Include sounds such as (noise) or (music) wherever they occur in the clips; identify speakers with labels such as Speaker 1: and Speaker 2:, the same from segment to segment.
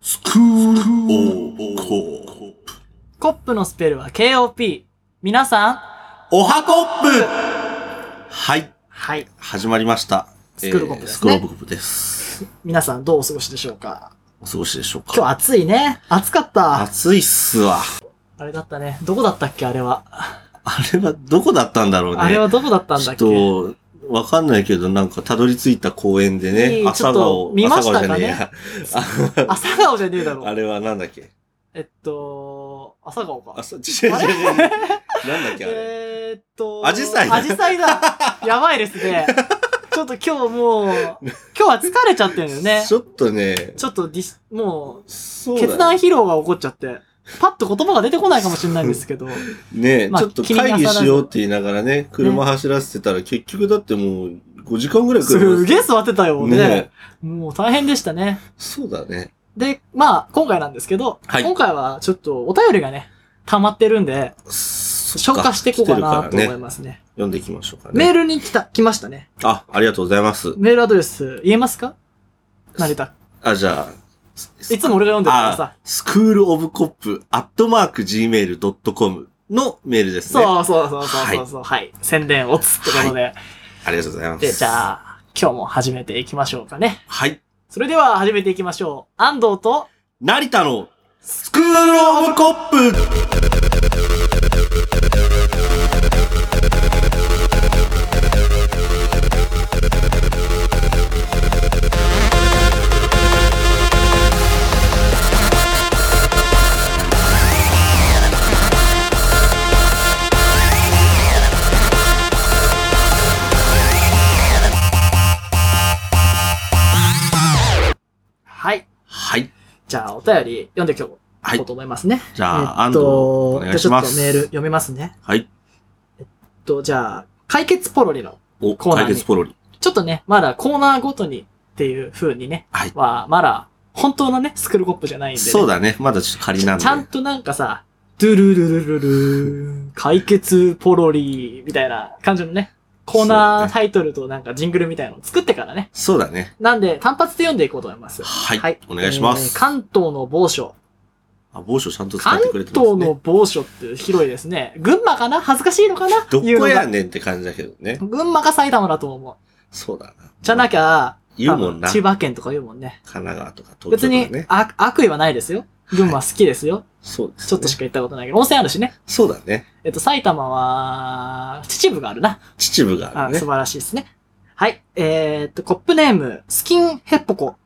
Speaker 1: スクールおこ
Speaker 2: コップのスペルは KOP。皆さん
Speaker 1: おはコップはい、
Speaker 2: はい。
Speaker 1: 始まりました。
Speaker 2: スクールコップですね
Speaker 1: スクールコップです。
Speaker 2: 皆さんどうお過ごしでしょうか
Speaker 1: お過ごしでしょうか
Speaker 2: 今日暑いね。暑かった。
Speaker 1: 暑いっすわ。
Speaker 2: あれだったね。どこだったっけあれは。
Speaker 1: あれはどこだったんだろうね。
Speaker 2: あれはどこだったんだっけ
Speaker 1: ちょっと、わかんないけど、なんかたどり着いた公園で
Speaker 2: い
Speaker 1: ね、
Speaker 2: い
Speaker 1: 朝
Speaker 2: ちょっ
Speaker 1: 顔
Speaker 2: と、見まし
Speaker 1: 朝
Speaker 2: た
Speaker 1: 顔じ
Speaker 2: か
Speaker 1: ゃねえ
Speaker 2: ね
Speaker 1: や。
Speaker 2: 朝顔じゃねえ
Speaker 1: (laughs)
Speaker 2: だ
Speaker 1: あ
Speaker 2: ろ。
Speaker 1: れはなんだっけ
Speaker 2: えっと、朝顔か。
Speaker 1: 朝、違う違う違う。なんだっけあれ。
Speaker 2: えーっと、
Speaker 1: 紫陽花だ
Speaker 2: アジサイだ。
Speaker 1: (laughs)
Speaker 2: やばいですね。ちょっと今日もう、今日は疲れちゃってるよね。
Speaker 1: ちょっとね、
Speaker 2: ちょっとディス、も、
Speaker 1: そううだね
Speaker 2: 決断疲労が起こっちゃって、パッと言葉が出てこないかもしれないんですけど、
Speaker 1: ねえ、
Speaker 2: まあ
Speaker 1: ちょっと会議しようって言いながらね、車走らせてたら、結局だってもう5時間ぐらい車
Speaker 2: すげえ座ってたよね。
Speaker 1: ね
Speaker 2: もう大変でしたね
Speaker 1: え。そうだね。
Speaker 2: で、まあ、今回なんですけど、
Speaker 1: はい
Speaker 2: 今回はちょっとお便りがね、溜まってるんで、
Speaker 1: 消
Speaker 2: 消化していこうかなと思い
Speaker 1: ね。
Speaker 2: ますね。
Speaker 1: 読んでいきましょうか
Speaker 2: メー
Speaker 1: ね。
Speaker 2: ルに来た、来ましたね。
Speaker 1: あ、ありがとうございます。
Speaker 2: メールアドレス言えますか成田。
Speaker 1: あ、じゃあ。
Speaker 2: いつも俺が読んでるからさ。
Speaker 1: スクールオブコップアットマーク Gmail.com のメールですね。
Speaker 2: そうそうそうそうそうそう、はい。宣伝をつってことで。
Speaker 1: ありがとうございます。
Speaker 2: で、じゃあ、今日も始めていきましょうかね。
Speaker 1: はい。
Speaker 2: それでは始めていきましょう。安藤と、
Speaker 1: 成田のスクールオブコップ
Speaker 2: はい。
Speaker 1: はい。
Speaker 2: じゃあ、お便り読んでいこ
Speaker 1: は
Speaker 2: う
Speaker 1: い
Speaker 2: と。思いますね。
Speaker 1: じゃあ、
Speaker 2: えっ
Speaker 1: 安藤、お
Speaker 2: と、
Speaker 1: 願いします。
Speaker 2: じゃあちょっとメール読みますね。
Speaker 1: はい。
Speaker 2: えっと、じゃあ、解決ポロリの。
Speaker 1: お、
Speaker 2: コーナー
Speaker 1: 解
Speaker 2: に
Speaker 1: 決ポロリ。
Speaker 2: ちょっとね、まだコーナーごとにっていう風にね、
Speaker 1: はい
Speaker 2: は、まだ、本当のね、スクールコップじゃないんでね、
Speaker 1: そうだね。まだちょっと仮なんで。
Speaker 2: ちゃんとなんかさ、ドゥルルルルルーン、解決ポロリーみたいな感じのね、コーナータイトルとなんかジングルみたいのを作ってからね。
Speaker 1: そうだね。
Speaker 2: なんで、単発で読んでいこうと思います。
Speaker 1: はい。お願いしま
Speaker 2: え
Speaker 1: す。
Speaker 2: ー関東の某所。
Speaker 1: あ、某所ちゃんと使
Speaker 2: 関
Speaker 1: ってくれてますね。
Speaker 2: 東の某所って広いですね。群馬かな恥ずかしいのかな
Speaker 1: どこ
Speaker 2: 言うの
Speaker 1: や
Speaker 2: が。
Speaker 1: ねんって感じだけどね。
Speaker 2: 群馬か埼玉だと思う。
Speaker 1: そうだな。
Speaker 2: じゃなきゃ、
Speaker 1: 言うもんな。
Speaker 2: 多分千
Speaker 1: 神
Speaker 2: 葉県とか言うもんね。
Speaker 1: 奈川とか東
Speaker 2: 別
Speaker 1: 京
Speaker 2: に
Speaker 1: とかね。
Speaker 2: あ悪意はないですよ。群馬好きですよ。
Speaker 1: そうですね。
Speaker 2: ちょっとしか行ったことないけど、温泉あるしね。
Speaker 1: そうだね。
Speaker 2: えっと、埼玉は、秩父があるな。
Speaker 1: 秩父があ
Speaker 2: あ
Speaker 1: るね
Speaker 2: 素。晴らしいですね。はい。えーっと、コップネーム、スキンヘッポコ。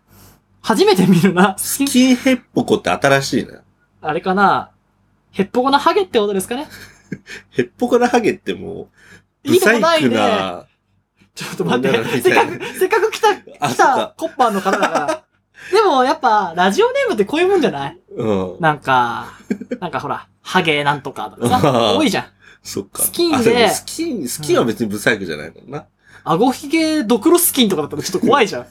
Speaker 2: 初めて見るな。スキン、
Speaker 1: キンヘッポコって新しいな。
Speaker 2: あれかな。ヘッポコなハゲってことですかね。
Speaker 1: ヘッポコなハゲってもう、
Speaker 2: いい
Speaker 1: ブ
Speaker 2: とこ
Speaker 1: サ
Speaker 2: な
Speaker 1: イ
Speaker 2: い
Speaker 1: ク
Speaker 2: ね。
Speaker 1: な、
Speaker 2: ちょっと待っ
Speaker 1: 女の子
Speaker 2: て。
Speaker 1: みた
Speaker 2: せっか
Speaker 1: いな
Speaker 2: く、せっかく来た、
Speaker 1: あ
Speaker 2: 来
Speaker 1: そっか
Speaker 2: たコッパーの方だから。でもやっぱ、ラジオネームってこういうもんじゃない
Speaker 1: うん。
Speaker 2: なんか、なんかほら、ハゲなんとかと
Speaker 1: (laughs)
Speaker 2: かさ、多いじゃん。
Speaker 1: そっか。
Speaker 2: スキンで
Speaker 1: あもスキン、スキンは別にブサイクじゃないもんな。
Speaker 2: 顎ひげドクロスキンとかだったらちょっと怖
Speaker 1: (laughs)
Speaker 2: いじゃん。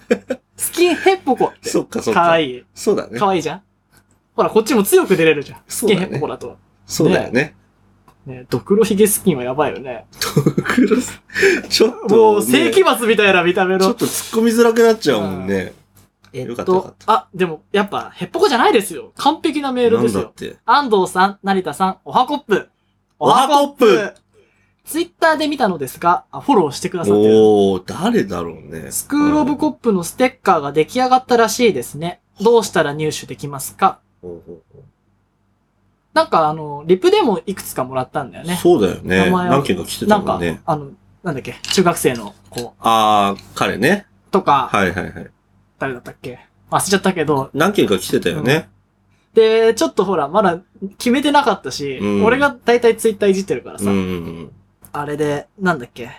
Speaker 2: スキンヘッポコって。
Speaker 1: そっかそっ
Speaker 2: かわ
Speaker 1: か。
Speaker 2: いい。
Speaker 1: そうだね
Speaker 2: か。わいいじゃん。ほら、こっちも強く出れるじゃん。ス
Speaker 1: そう
Speaker 2: キン
Speaker 1: だ
Speaker 2: ヘ
Speaker 1: ね
Speaker 2: ッポコだと。
Speaker 1: そうだよね。 (laughs)
Speaker 2: ね、ドクロヒゲスキンはやばいよね。
Speaker 1: クロスちょっとね。
Speaker 2: もう、世紀末みたいな見た目
Speaker 1: ちょっ
Speaker 2: の。
Speaker 1: と突っ込みづらくなっちゃうもんね。
Speaker 2: え
Speaker 1: よかったよかった
Speaker 2: あ、でも、やっぱ、ヘッポコじゃないですよ。完璧なメール
Speaker 1: な
Speaker 2: で
Speaker 1: ん
Speaker 2: す
Speaker 1: だ
Speaker 2: よ
Speaker 1: っ。て。
Speaker 2: 安藤さん、成田さん、おはコップ。
Speaker 1: おはこっぷ
Speaker 2: ツイッターで見たのですが、あフォローしてくださってる。
Speaker 1: おー、誰だろうね。
Speaker 2: スクールオブコップのステッカーが出来上がったらしいですね。どうしたら入手できますか
Speaker 1: ほうほうほ
Speaker 2: なんかあの、リプでもいくつかもらったんだよ
Speaker 1: う
Speaker 2: ね。
Speaker 1: そうだよね。
Speaker 2: 名前を
Speaker 1: 何件か来て
Speaker 2: な
Speaker 1: た
Speaker 2: ん
Speaker 1: も
Speaker 2: か
Speaker 1: んね。、
Speaker 2: あの、なんだっけ、中学生の子
Speaker 1: あー、彼ね。
Speaker 2: とか、
Speaker 1: はいはいはい。
Speaker 2: 誰だったっけ忘れちゃったけど、
Speaker 1: 何件か来てたよね。
Speaker 2: で、ちょっとほら、まだ決めてなかったし、
Speaker 1: うん
Speaker 2: 俺が大体ツイッターいじってるから
Speaker 1: う
Speaker 2: さ、
Speaker 1: ん。
Speaker 2: あれで、なんだっけ、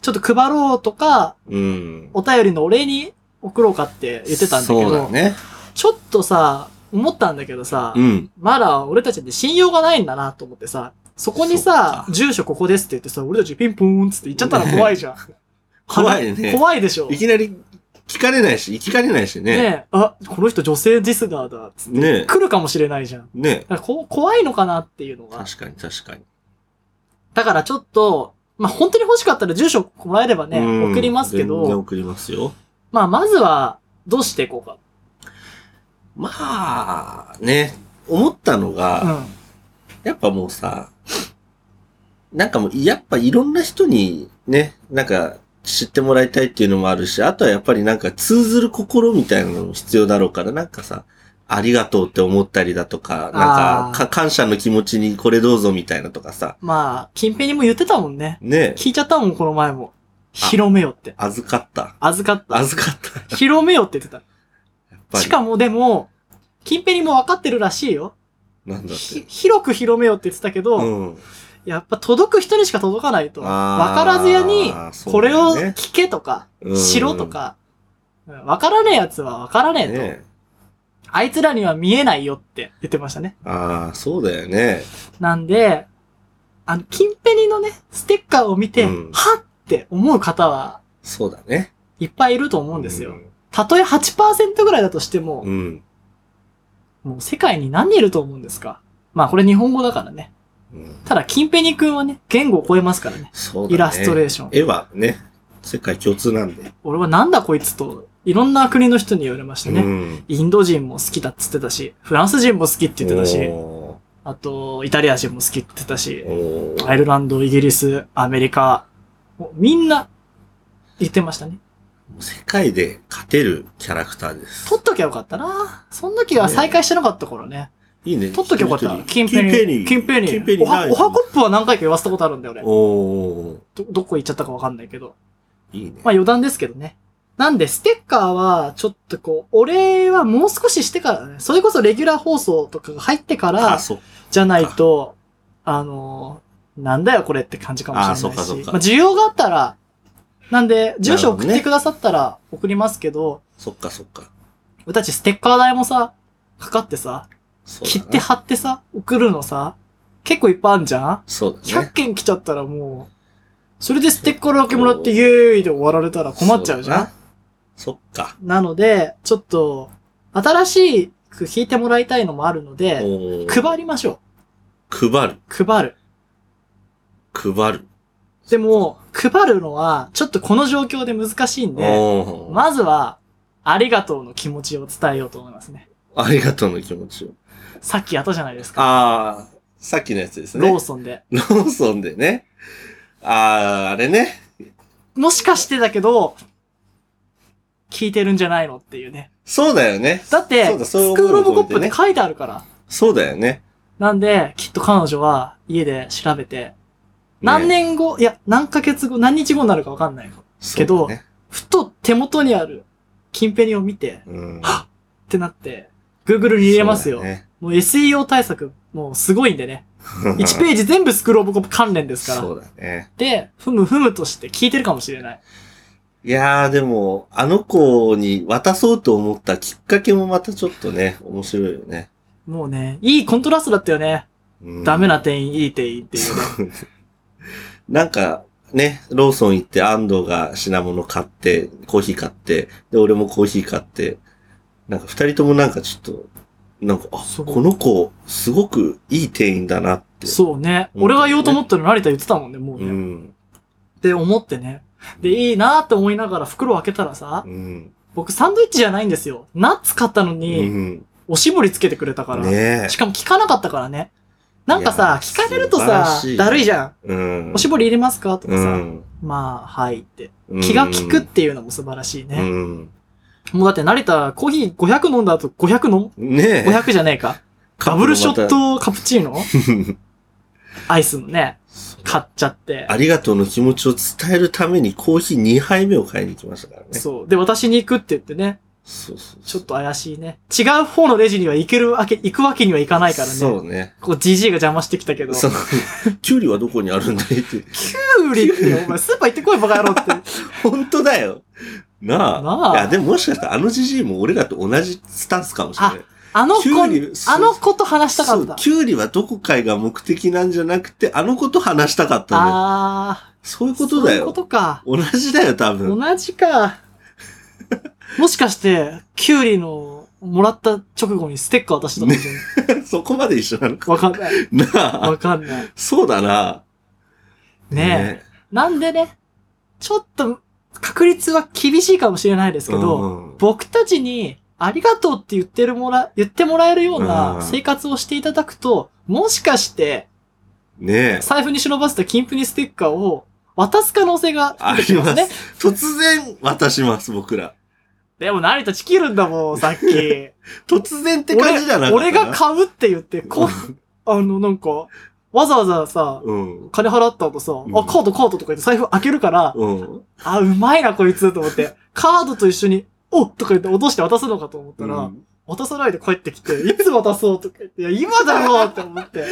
Speaker 2: ちょっと配ろうとか、
Speaker 1: うん。
Speaker 2: お便りのお礼に送ろうかって言ってたんだけ
Speaker 1: そう
Speaker 2: ど、
Speaker 1: だね。
Speaker 2: ちょっとさ、思ったんだけどさ、
Speaker 1: うん。
Speaker 2: まだ俺たちって信用がないんだなと思ってさ、そこにさ、
Speaker 1: そ
Speaker 2: 住所ここですって言ってさ、俺たちピンポーンっつって言っちゃったら怖いじゃん。
Speaker 1: 怖いね
Speaker 2: 怖いでしょ。
Speaker 1: い
Speaker 2: ね
Speaker 1: きなり聞かれないし、行きかれないしね。
Speaker 2: え、あ、この人女性ディスナーだっつって。
Speaker 1: ね
Speaker 2: 来るかもしれないじゃん。
Speaker 1: え。ね
Speaker 2: だからこ怖いのかなっていうの
Speaker 1: え。
Speaker 2: が。
Speaker 1: 確かに確かに。
Speaker 2: だからちょっと、まあ、本当に欲しかったら住所もらえればね、
Speaker 1: うん
Speaker 2: 送りますけ
Speaker 1: 全然
Speaker 2: ど、
Speaker 1: 送りますよ。
Speaker 2: まあ、まずは、どうしていこうか。
Speaker 1: まあ、ね、思ったのが、
Speaker 2: うん。
Speaker 1: やっぱもうさ、なんかもう、やっぱいろんな人にね、なんか知ってもらいたいっていうのもあるし、あとはやっぱりなんか通ずる心みたいなのも必要だろうから、なんかさ、ありがとうって思ったりだとか、なん
Speaker 2: あー
Speaker 1: かか感謝の気持ちにこれどうぞみたいなとかさ、
Speaker 2: まあ、近平にも言ってたもんね。
Speaker 1: ね
Speaker 2: 聞いちゃったもん、この前も。広めよって。
Speaker 1: 預かった。
Speaker 2: 預かっ
Speaker 1: 預かった。
Speaker 2: た。広めよって言って。
Speaker 1: やったぱり。
Speaker 2: しかもでも、近平にも分かってるらしいよ。
Speaker 1: なんだっ
Speaker 2: ひ
Speaker 1: て。
Speaker 2: 広く広めよって言ってたけど、
Speaker 1: うん。
Speaker 2: やっぱ届く人にしか届かないと。分
Speaker 1: あー
Speaker 2: からずやに、これを
Speaker 1: そうだよね
Speaker 2: 聞けとか、
Speaker 1: うん
Speaker 2: しろとか、うん分からねえやつは分からねえと。
Speaker 1: ね
Speaker 2: あいつらには見えないよって言ってましたね。
Speaker 1: ああ、そうだよね。
Speaker 2: なんで、あの、キンペニのね、ステッカーを見て、
Speaker 1: うん
Speaker 2: はっって思う方は
Speaker 1: そうだね。
Speaker 2: いっぱいいると思うんですよ。
Speaker 1: うん。
Speaker 2: たとえ8%ぐらいだとしても、
Speaker 1: うん。
Speaker 2: もう世界に何人いると思うんですかまあこれ日本語だからね。
Speaker 1: うん
Speaker 2: ただ、キンペニ君はね、言語を超えますからね。
Speaker 1: そうだね。
Speaker 2: イラストレーション。
Speaker 1: 絵はね、世界共通なんで。
Speaker 2: 俺はなんだこいつと、いろんな国の人に言われましたね。
Speaker 1: うん。
Speaker 2: インド人も好きだっつってたし、フランス人も好きって言ってたし、
Speaker 1: お
Speaker 2: あと、イタリア人も好きって言ってたし
Speaker 1: ー、おー
Speaker 2: アイルランド、イギリス、アメリカ、もうみんな言ってましたね。
Speaker 1: 世界で勝てるキャラクターです
Speaker 2: 取。っときゃよかったな。その時は再開してなかった頃ね。
Speaker 1: いいね。
Speaker 2: 取っときゃよかった。
Speaker 1: キ
Speaker 2: キ
Speaker 1: ン
Speaker 2: ン
Speaker 1: ペ
Speaker 2: ペ
Speaker 1: ニ
Speaker 2: ニ。
Speaker 1: キ
Speaker 2: キ
Speaker 1: ン
Speaker 2: ン
Speaker 1: ペ
Speaker 2: ペ
Speaker 1: ニ
Speaker 2: ニ。
Speaker 1: キンペニ
Speaker 2: おは、
Speaker 1: ない
Speaker 2: おはコップは何回か言わせたことあるんだよ、俺。ど、
Speaker 1: おー
Speaker 2: どこ行っちゃったかわかんないけど。
Speaker 1: いいね。
Speaker 2: まあ余談ですけどね。なんで、ステッカーは、ちょっとこう、お礼はもう少ししてからね。それこそレギュラー放送とかが入ってから
Speaker 1: あ、、そう。
Speaker 2: じゃないと、あのーなんだよこれって感じかもしれないし。
Speaker 1: あそうかそうか
Speaker 2: まあ、需要があったら、なんで、住
Speaker 1: な
Speaker 2: 所送っ
Speaker 1: るほど
Speaker 2: て
Speaker 1: ね
Speaker 2: くださったら送りますけど、
Speaker 1: そっかそっか。
Speaker 2: 俺たちステッカー代もさ、かかってさ、
Speaker 1: そうだ
Speaker 2: 切
Speaker 1: な
Speaker 2: って貼ってさ、送るのさ、結構いっぱいあんじゃん
Speaker 1: そうだ
Speaker 2: ?100
Speaker 1: ね。
Speaker 2: 件来ちゃったらもう、それでステッカーだけもらってイエーイで終わられたら困っちゃうじ
Speaker 1: そ
Speaker 2: ゃん
Speaker 1: だなそっか。
Speaker 2: なので、ちょっと、新しく弾いてもらいたいのもあるので、
Speaker 1: おー
Speaker 2: 配りましょ
Speaker 1: 配る。
Speaker 2: う。配る。
Speaker 1: 配る。
Speaker 2: でも、配るのは、ちょっとこの状況で難しいんで、
Speaker 1: おー
Speaker 2: まずは、ありがとうの気持ちを伝えようと思いますね。
Speaker 1: ありがとうの気持ちを。
Speaker 2: さっきやったじゃないですか。
Speaker 1: ああ、さっきのやつですね。
Speaker 2: ロー
Speaker 1: ソ
Speaker 2: ソンで。
Speaker 1: ン。ローソンでね。ああ、あれね。
Speaker 2: もしかしてだけど、聞いてるんじゃないのっていうね。
Speaker 1: そうだよね。
Speaker 2: だって、
Speaker 1: そうだそういう思
Speaker 2: スク
Speaker 1: い
Speaker 2: ール
Speaker 1: を
Speaker 2: オブコ
Speaker 1: 込
Speaker 2: ップっ
Speaker 1: めて
Speaker 2: て
Speaker 1: ね
Speaker 2: 書いてあるから。
Speaker 1: そうだよね。
Speaker 2: なんで、きっと彼女は家で調べて、何
Speaker 1: ね
Speaker 2: 年後、いや、何ヶ月後、何日後になるかわかんないけど
Speaker 1: そうだね
Speaker 2: ふと手元にある金ペニを見て、
Speaker 1: うん
Speaker 2: はってなって、Google に入れますよ
Speaker 1: そう。だね
Speaker 2: もう SEO 対策、もうすごいんでね。1ページ全部スクロールオブコップ関連ですから。
Speaker 1: そうだね。
Speaker 2: で、ふむふむとして聞いてるかもしれない。
Speaker 1: いやーでも、あの子に渡そうと思ったきっかけもまたちょっとね、面白いよね。
Speaker 2: もうね、いいコントラストだったよね。
Speaker 1: うん
Speaker 2: ダメな店員、いい店員っていうね。
Speaker 1: なんか、ね、ローソン行って安藤が品物買って、コーヒー買って、で、俺もコーヒー買って、なんか二人ともなんかちょっと、なんか、あ、
Speaker 2: そう
Speaker 1: この子、すごくいい店員だなって。
Speaker 2: そうね。
Speaker 1: うん
Speaker 2: 俺が言おうと思ったら成田言ってたもんね、もうね。
Speaker 1: う
Speaker 2: っ
Speaker 1: ん。
Speaker 2: て思ってね。で、いいなーって思いながら袋を開けたらさ
Speaker 1: う、ん。
Speaker 2: 僕サンドイッチじゃないんですよ。ナッツ買ったの
Speaker 1: う
Speaker 2: に、
Speaker 1: ん。
Speaker 2: おしぼりつけてくれたから。
Speaker 1: ねえ
Speaker 2: し。かも聞かなかったからね。なんかさ、
Speaker 1: い
Speaker 2: 聞
Speaker 1: や
Speaker 2: かれると
Speaker 1: 素晴ら
Speaker 2: さ
Speaker 1: しい、
Speaker 2: だるいじゃん。
Speaker 1: うん。
Speaker 2: おしぼり入れますかとか
Speaker 1: う
Speaker 2: さ、
Speaker 1: ん
Speaker 2: まあ、はいって。気が利くっていうのも素晴らしい
Speaker 1: うん
Speaker 2: ね。もうだって慣れたコーヒー500飲んだ後、500飲
Speaker 1: うん。ねえ
Speaker 2: む。?500 じゃねえ
Speaker 1: (laughs)
Speaker 2: か。ダブルショットカプチーノアイスのね、買っちゃって。
Speaker 1: ありがとうの気持ちを伝えるためにコーヒー2杯目を買いに来ましたからね。
Speaker 2: そう。で、私に行くって言ってね、
Speaker 1: そうそう
Speaker 2: ち
Speaker 1: そ
Speaker 2: ょ
Speaker 1: う。
Speaker 2: っと怪しいね。違う方のレジには行けるわけ、行くわけにはいかないから
Speaker 1: そ
Speaker 2: ね。
Speaker 1: うね。
Speaker 2: こう、ジジイが邪魔してきたけど。 (laughs)
Speaker 1: その、キュウリはどこにあるんだいって。
Speaker 2: キュウリって、お前スーパー行ってこいバカ野郎って。
Speaker 1: (laughs) 本当だよ。なあ。
Speaker 2: なあ
Speaker 1: いや、でももしかしたらあのじじいも俺らと同じスタンスかもしれない。
Speaker 2: あの
Speaker 1: キ
Speaker 2: 子
Speaker 1: ュウ
Speaker 2: に、
Speaker 1: リ、そう
Speaker 2: あの子と話したか
Speaker 1: そ
Speaker 2: った
Speaker 1: う、。キュウリはどこかいが目的なんじゃなくて、あの子と話したかったんだよ。
Speaker 2: あ
Speaker 1: そういう
Speaker 2: ー。
Speaker 1: ことだ
Speaker 2: そういうこ
Speaker 1: よ。
Speaker 2: とか。
Speaker 1: 同じだよ、多分。
Speaker 2: 同
Speaker 1: (laughs)
Speaker 2: じか。もしかして、キュウリの、もらった直後にステッカー渡してたかもしれな
Speaker 1: (laughs)
Speaker 2: い。
Speaker 1: そこまで一緒なのか。
Speaker 2: わかんない。
Speaker 1: なあ
Speaker 2: わ。かんない。
Speaker 1: そうだな。
Speaker 2: ね
Speaker 1: え。
Speaker 2: え。なんでね、ちょっと、確率は厳しいかもしれないですけど、
Speaker 1: うん
Speaker 2: 僕たちにありがとうって言ってるもら、言ってもらえるよう
Speaker 1: う
Speaker 2: なん生活をしていただくと、もしかして、
Speaker 1: ねえ。
Speaker 2: 財布に忍ばせた金プニステッカーを渡す可能性が出てきます
Speaker 1: あ
Speaker 2: ね。
Speaker 1: 突然渡します、僕ら。
Speaker 2: でも成田チキるんだ
Speaker 1: (laughs)
Speaker 2: もん、さっき。
Speaker 1: 突然って感じじゃなかったな。
Speaker 2: 俺が買うって言って、こ、あの、なんか、わざわざさ、
Speaker 1: うん。
Speaker 2: 金払った後さ、
Speaker 1: ん
Speaker 2: あ、カードカードとか言って財布開けるから、
Speaker 1: うん。
Speaker 2: あ、うまいな、こいつ、と思って、カードと一緒に、おっとか言って落として渡すのかと思ったら、
Speaker 1: うん
Speaker 2: 渡さないで帰ってきて、いつ渡そうとか言って、いや、今だろうって思
Speaker 1: (laughs)
Speaker 2: って、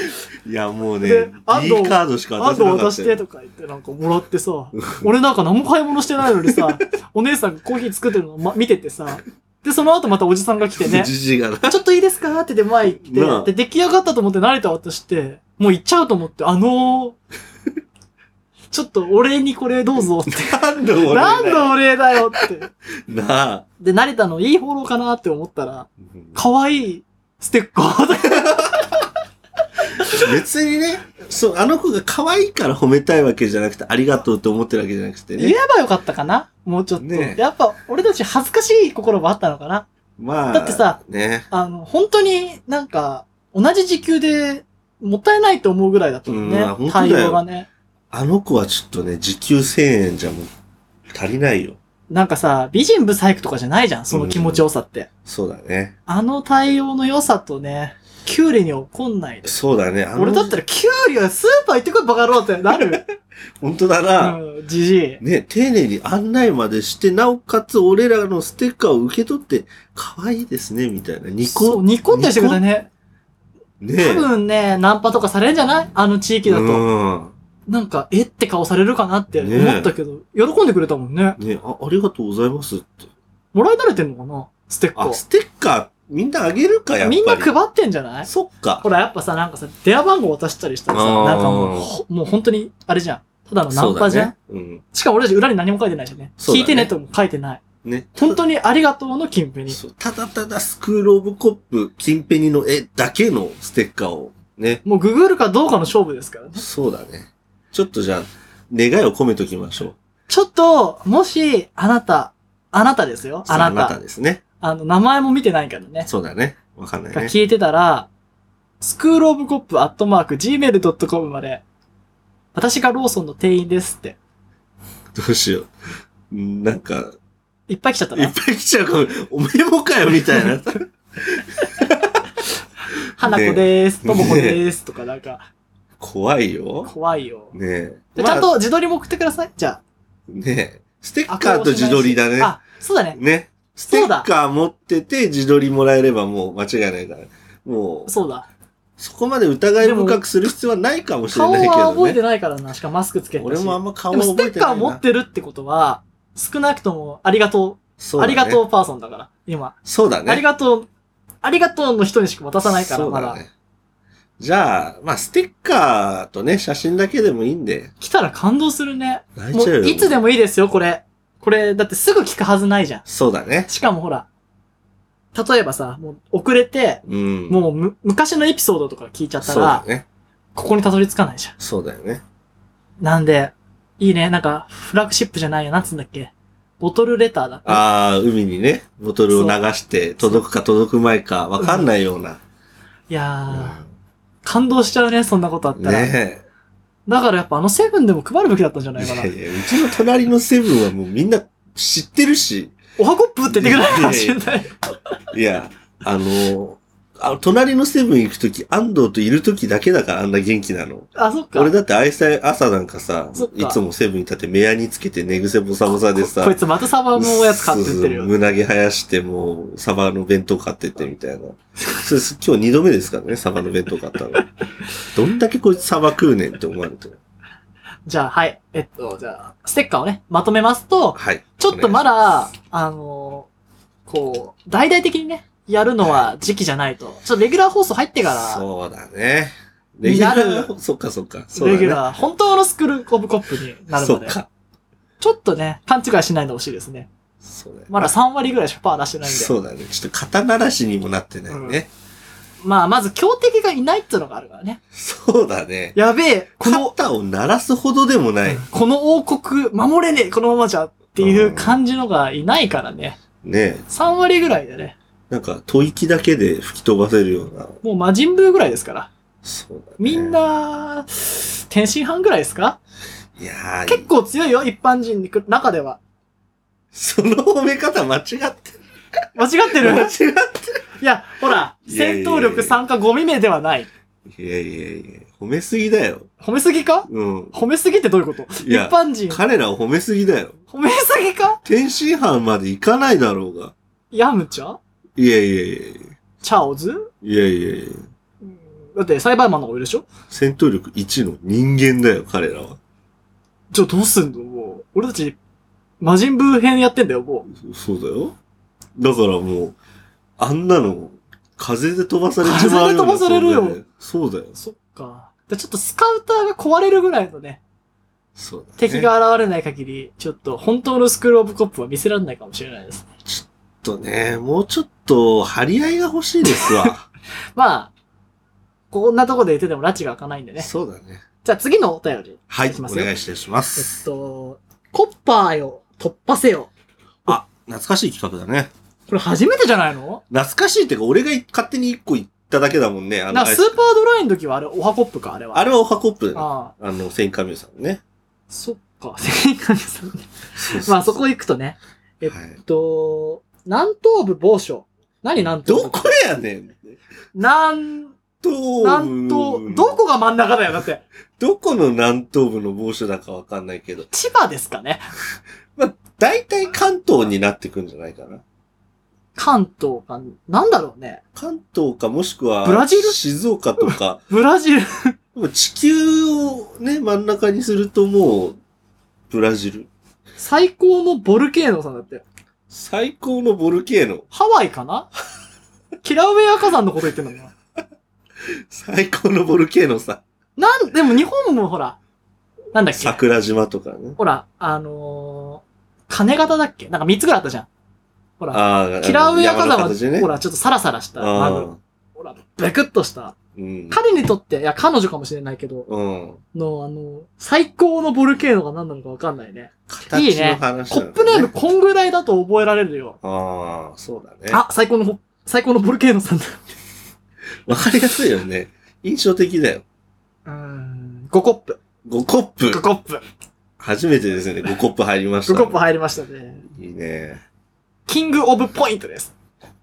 Speaker 1: いや、もうね、いい
Speaker 2: で安藤
Speaker 1: カードしか渡
Speaker 2: あん
Speaker 1: せ
Speaker 2: た
Speaker 1: なか
Speaker 2: 渡
Speaker 1: った
Speaker 2: して
Speaker 1: よ。
Speaker 2: とか言って、なんかもらってさ、俺なんか何も買い物してないの
Speaker 1: (laughs)
Speaker 2: にさ、お姉さんがコーヒー作ってるのを、ま、見ててさ、で、その後またおじさんが来てね、
Speaker 1: じじいがな。
Speaker 2: (laughs) ちょっといいですかってで前
Speaker 1: な
Speaker 2: 行
Speaker 1: あ
Speaker 2: って、で、出来上がったと思って慣れた渡して、もう行っちゃうと思って、あのー (laughs) ちょっとお礼にこれどう
Speaker 1: (laughs)
Speaker 2: ぞって。
Speaker 1: なんで俺
Speaker 2: 何
Speaker 1: だよ
Speaker 2: のお礼だよって。
Speaker 1: なあ。
Speaker 2: で、慣れたのいいフォローかなって思ったら、可愛いステッカーだ
Speaker 1: 別にね、そう、あの子が可愛いから褒めたいわけじゃなくて、ありがとうって思ってるわけじゃなくて
Speaker 2: 言え
Speaker 1: ね。
Speaker 2: ばよかったかなもうちょっと。
Speaker 1: ねえ
Speaker 2: やっぱ、俺たち恥ずかしい心もあったのかな
Speaker 1: まあ。
Speaker 2: だってさ。
Speaker 1: ね。
Speaker 2: あの、本当になんか、同じ時給で、もったいないと思うぐらいだったもんね。
Speaker 1: うんまあ本当だ
Speaker 2: 対
Speaker 1: よ
Speaker 2: 応がね。
Speaker 1: あの子はちょっとね、時給1000円じゃもう、足りないよ。
Speaker 2: なんかさ、美人不細工とかじゃないじゃん、その気持ちよさって。
Speaker 1: そうだね。
Speaker 2: あの対応の良さとね、給料に怒んないで。
Speaker 1: そうだね。あの
Speaker 2: 俺だったら給料スーパー行ってこいバカ野郎ってなる。
Speaker 1: 本当だ
Speaker 2: う
Speaker 1: な。
Speaker 2: ん、じじい。
Speaker 1: ね、丁寧に案内までして、なおかつ俺らのステッカーを受け取って、可愛いですね、みたいな。ニ
Speaker 2: そう
Speaker 1: コ。
Speaker 2: ニコってしてくれたね。
Speaker 1: ね
Speaker 2: 多分ね、ナンパとかされんじゃないあの地域だと。
Speaker 1: うん。
Speaker 2: なんか、えって顔されるかなって思ったけど、喜んでくれたもんね。
Speaker 1: ねあ、ありがとうございますって。
Speaker 2: もらい慣れてんのかなステッカ
Speaker 1: あ、ステッカー、みんなあげるか、やっ
Speaker 2: ー。
Speaker 1: ぱり。
Speaker 2: みんな配ってんじゃない
Speaker 1: そっか
Speaker 2: ほ。ら、やっぱさ、なんかさ、電話番号渡したりしたらさ、
Speaker 1: あー
Speaker 2: なんかもうほ、もう本当に、あれじゃん。ただのナンパじゃん、
Speaker 1: そうだね。うん。
Speaker 2: しかも俺たち裏に何も書いてないしね。
Speaker 1: そうだ
Speaker 2: 聞
Speaker 1: ね
Speaker 2: いてねとも書いてない。
Speaker 1: ね。
Speaker 2: 本当にありがとうの金プに。
Speaker 1: そうただただスクールオブコップ、金ペニの絵だけのステッカーを。ね。
Speaker 2: もうググるかどうかの勝負ですからね。
Speaker 1: そうだね。ちょっとじゃあ、願いを込めときましょう。
Speaker 2: ちょっと、もし、あなた、あなたですよ。あな
Speaker 1: そうあな
Speaker 2: た。
Speaker 1: たですね。
Speaker 2: あの、名前も見てないからね。
Speaker 1: そうだね。わかんない
Speaker 2: が
Speaker 1: ね。
Speaker 2: 聞いてたら、スクールオブコップアットマーク gmail.com まで、私がローソンの店員ですって。
Speaker 1: どうしよう。んなんか、
Speaker 2: いっぱい来ちゃった
Speaker 1: いっ
Speaker 2: な。
Speaker 1: ぱい来ちゃうかも。おメモかよ、みたいな。
Speaker 2: 花子でーす。ともこでーす。とかなんか、
Speaker 1: 怖いよ。
Speaker 2: 怖いよ。
Speaker 1: ねえ。(laughs)
Speaker 2: で
Speaker 1: ま
Speaker 2: ち
Speaker 1: あ
Speaker 2: ゃんと自撮りも送ってください。じゃ
Speaker 1: ねえ。ステ
Speaker 2: あ。
Speaker 1: ッカーと自撮りだね。
Speaker 2: あ、そうだね。
Speaker 1: ね。ステッカー持ってて自撮りもらえればもう間違いないから。もう、
Speaker 2: そうだ。
Speaker 1: そこまで疑い深くする必要はないかもしれ
Speaker 2: 顔
Speaker 1: ないけどね。
Speaker 2: は覚えてないからな。しかもマスクつけてたし。
Speaker 1: 俺もあんま顔
Speaker 2: で
Speaker 1: は
Speaker 2: もス
Speaker 1: 覚え
Speaker 2: テッ
Speaker 1: てな
Speaker 2: カー
Speaker 1: い
Speaker 2: 持
Speaker 1: な
Speaker 2: っ。てるってことは、少なくとも、ありがと、
Speaker 1: そううだ
Speaker 2: あ
Speaker 1: ね
Speaker 2: りがとうパーソンだから、今。
Speaker 1: そうだね。
Speaker 2: ありがとう、ありがとうの人にしか渡さないから、
Speaker 1: そう
Speaker 2: ま
Speaker 1: だ
Speaker 2: だ。
Speaker 1: ね。じゃあ、まあ、ステッカーとね、写真だけでもいいんで、
Speaker 2: 来たら感動するね。
Speaker 1: 泣い
Speaker 2: も
Speaker 1: ちゃうよ。
Speaker 2: う、いつで
Speaker 1: も。
Speaker 2: もいいですよ、これ。これ、だってすぐ聞くはずないじゃん。
Speaker 1: そうだね。
Speaker 2: しかもほら、例えばさ、もう遅れて、
Speaker 1: うん。
Speaker 2: もうむ昔のエピソードとか聞いちゃった
Speaker 1: そうだ
Speaker 2: ら、
Speaker 1: ね。
Speaker 2: ここにたどり着かないじゃん。
Speaker 1: そうだよね。
Speaker 2: なんで、いいね。なんか、フラッグシップじゃないよ。なんつうんだっけ。ボトルレターだっけ。
Speaker 1: ああ、海にね、ボトルを流して、
Speaker 2: そう
Speaker 1: 届くか届く前かわかんないような。
Speaker 2: いやー、感動しちゃうね。そんなことあったら。
Speaker 1: ね
Speaker 2: だからやっぱあのセブンでも配るべきだったんじゃ
Speaker 1: え。
Speaker 2: ない
Speaker 1: い
Speaker 2: かな
Speaker 1: や。いや、うちの隣のセブンはもうみんな知ってるし、
Speaker 2: おはこっぷって言ってくれないかもしれない。
Speaker 1: いや、あのあ隣のセブン行くとき、安藤といるときだけだからあんな元気なの。
Speaker 2: あ、そっか。
Speaker 1: 俺だって愛さ朝なんかさ
Speaker 2: そっ
Speaker 1: い
Speaker 2: か、
Speaker 1: つもセブンに立って目やにつけて寝癖ボサボサでさ、
Speaker 2: こいつまたサバのおやつ買ってってる
Speaker 1: そうそう
Speaker 2: よ。
Speaker 1: 胸毛生やしてもう、サバの弁当買ってってみたいな。それ今日二度目ですからね、サバの弁当買
Speaker 2: (laughs)
Speaker 1: ったの。どんだけこいつサバ食うねんって思われてる。
Speaker 2: じゃあ、はい。えっと、じゃあ、ステッカーをね、まとめますと、
Speaker 1: はい。
Speaker 2: ちょっとまだ、あのーこう、大々的にね、やるのは時期じゃないと。ちょっとレギュラー放送入ってか
Speaker 1: そうだね。レ
Speaker 2: に
Speaker 1: ギュ
Speaker 2: な
Speaker 1: ラ
Speaker 2: る
Speaker 1: ー、そっかそっか。
Speaker 2: ら、
Speaker 1: そうだ
Speaker 2: レ
Speaker 1: ね
Speaker 2: ギュラー、本当のスクールオブコップになる
Speaker 1: そ
Speaker 2: の
Speaker 1: っ
Speaker 2: で、
Speaker 1: か。
Speaker 2: ちょっとね、勘違いしないでほしいですね。
Speaker 1: そうだよね
Speaker 2: まだ3割ぐらいしかパー出してないんで。
Speaker 1: そうだね。ちょっと肩慣らしにもなってないね。
Speaker 2: まあ、まず強敵がいないっていうのがあるからね。
Speaker 1: そうだね。
Speaker 2: やべえ、この、
Speaker 1: 肩を鳴らすほどでもない。
Speaker 2: この王国守れねえ、このままじゃっていう感じのがいないからね。
Speaker 1: ね
Speaker 2: 3割ぐらいでね、
Speaker 1: なんか、吐息だけで吹き飛ばせるような。
Speaker 2: もう魔人ブーぐらいですから。
Speaker 1: そうだね。
Speaker 2: みん。な、天津飯ぐらいですか
Speaker 1: いやー、
Speaker 2: 結構強いよ、一般人の中では。
Speaker 1: その褒め方間違って
Speaker 2: 間違って
Speaker 1: る。間違 (laughs)
Speaker 2: る
Speaker 1: って
Speaker 2: いや、ほら、
Speaker 1: いやいやい
Speaker 2: 戦
Speaker 1: や
Speaker 2: 闘力参加ゴミ名ではない。
Speaker 1: る。いやいやいや、褒めすぎだよ。
Speaker 2: 褒めすぎか
Speaker 1: うん。
Speaker 2: 褒めすぎってどういうこと
Speaker 1: い
Speaker 2: 一
Speaker 1: や
Speaker 2: 般人。
Speaker 1: 彼らを褒めすぎだよ。
Speaker 2: 褒めすぎか
Speaker 1: 天津飯まで行かないだろうが。
Speaker 2: ヤムチャ
Speaker 1: いやいやいやいや。
Speaker 2: チャオズ
Speaker 1: いやいやいや。
Speaker 2: うんだってサイバーマンの方がいるでしょ
Speaker 1: 戦闘力1の人間だよ、彼らは。
Speaker 2: じゃあどうすんのもう。俺たち、魔人ブー編やってんだよ、もう。
Speaker 1: そそうだよ。だからもう、あんなの、風で飛ばされちまうような
Speaker 2: 風で飛ばされるよ
Speaker 1: 存在だ。そうだよ。
Speaker 2: そっか。でちょっとスカウターが壊れるぐらいのね、
Speaker 1: そうだね。
Speaker 2: 敵。が現れない限り、ちょっと本当のスクールオブコップは見せられないかもしれないです。
Speaker 1: とね、もうちょっと、張り合いが欲しいですわ。
Speaker 2: まあ、こんなとこで言ってても拉致が開かないんで (laughs) ね。
Speaker 1: そうだね。
Speaker 2: じゃあ次のお便り。
Speaker 1: はい、
Speaker 2: いき
Speaker 1: お
Speaker 2: ますよ
Speaker 1: 願いしてしま
Speaker 2: え
Speaker 1: す
Speaker 2: っ。と、コッパーよ、突破せよ。
Speaker 1: あ、懐かしい企画だね。
Speaker 2: これ初めてじゃないの
Speaker 1: 懐かしいってか、俺が勝手に1個言っただけだもんね。あの、
Speaker 2: なんかスーパードライの時はあれ、オハコップか、あれは。
Speaker 1: あれはオハコップだよ。
Speaker 2: ああ、
Speaker 1: あの、千カミュさんね。
Speaker 2: そっか。 (laughs) 千影さんねまあそこ行くとね、えっ
Speaker 1: はい
Speaker 2: えっと、南東部某所。何南東
Speaker 1: ど
Speaker 2: 部
Speaker 1: こやねん。
Speaker 2: 南、
Speaker 1: 東部
Speaker 2: 南東、どこが真ん中だよ、だって。
Speaker 1: どこの南東部の某所だかわかんないけど、
Speaker 2: 千葉ですかね。
Speaker 1: 大体関東になってくんじゃないかな。
Speaker 2: 関東か、なんだろうね。
Speaker 1: 関東かもしくは、
Speaker 2: ブラジル
Speaker 1: 静岡とか、 (laughs)
Speaker 2: ブラジル。
Speaker 1: でも地球をね、真ん中にするともう、ブラジル。
Speaker 2: 最高のボルケーノさんだって。
Speaker 1: 最高のボルケーノ。
Speaker 2: ハワイかなキラウェア火山のこと言ってんのか
Speaker 1: 最高のボルケーノさ。
Speaker 2: ななん、でも日本もほら、なんだっけ
Speaker 1: 桜島とかね。
Speaker 2: ほら、あのー、金型だっけなんか3つぐらいあったじゃん。ほら、
Speaker 1: ああ、
Speaker 2: キラウェア火山
Speaker 1: 山の
Speaker 2: は、
Speaker 1: 形ね。
Speaker 2: ほら、ちょっとサラサラした、マグ
Speaker 1: あ
Speaker 2: ロほら、ベクッとした。
Speaker 1: ーうん。
Speaker 2: 彼にとって、いや、彼女かもしれないけど、
Speaker 1: うん。
Speaker 2: の、あの、最高のボルケーノが何なのかわかんないね。いい
Speaker 1: 形の
Speaker 2: ね
Speaker 1: 話なのね
Speaker 2: コップネームこんぐらいだと覚えられるよ。
Speaker 1: ああ、そうだね。
Speaker 2: あ、最高のほ、最高のボルケーノさんだ。
Speaker 1: わかりやすいよね。印象的だよ。
Speaker 2: うーん、5コップ。
Speaker 1: 5コップ
Speaker 2: 5。コップ。
Speaker 1: 初めてですね、5コップ入りました、
Speaker 2: 5コップ入りましたね。
Speaker 1: いいね。
Speaker 2: キングオブポイントです。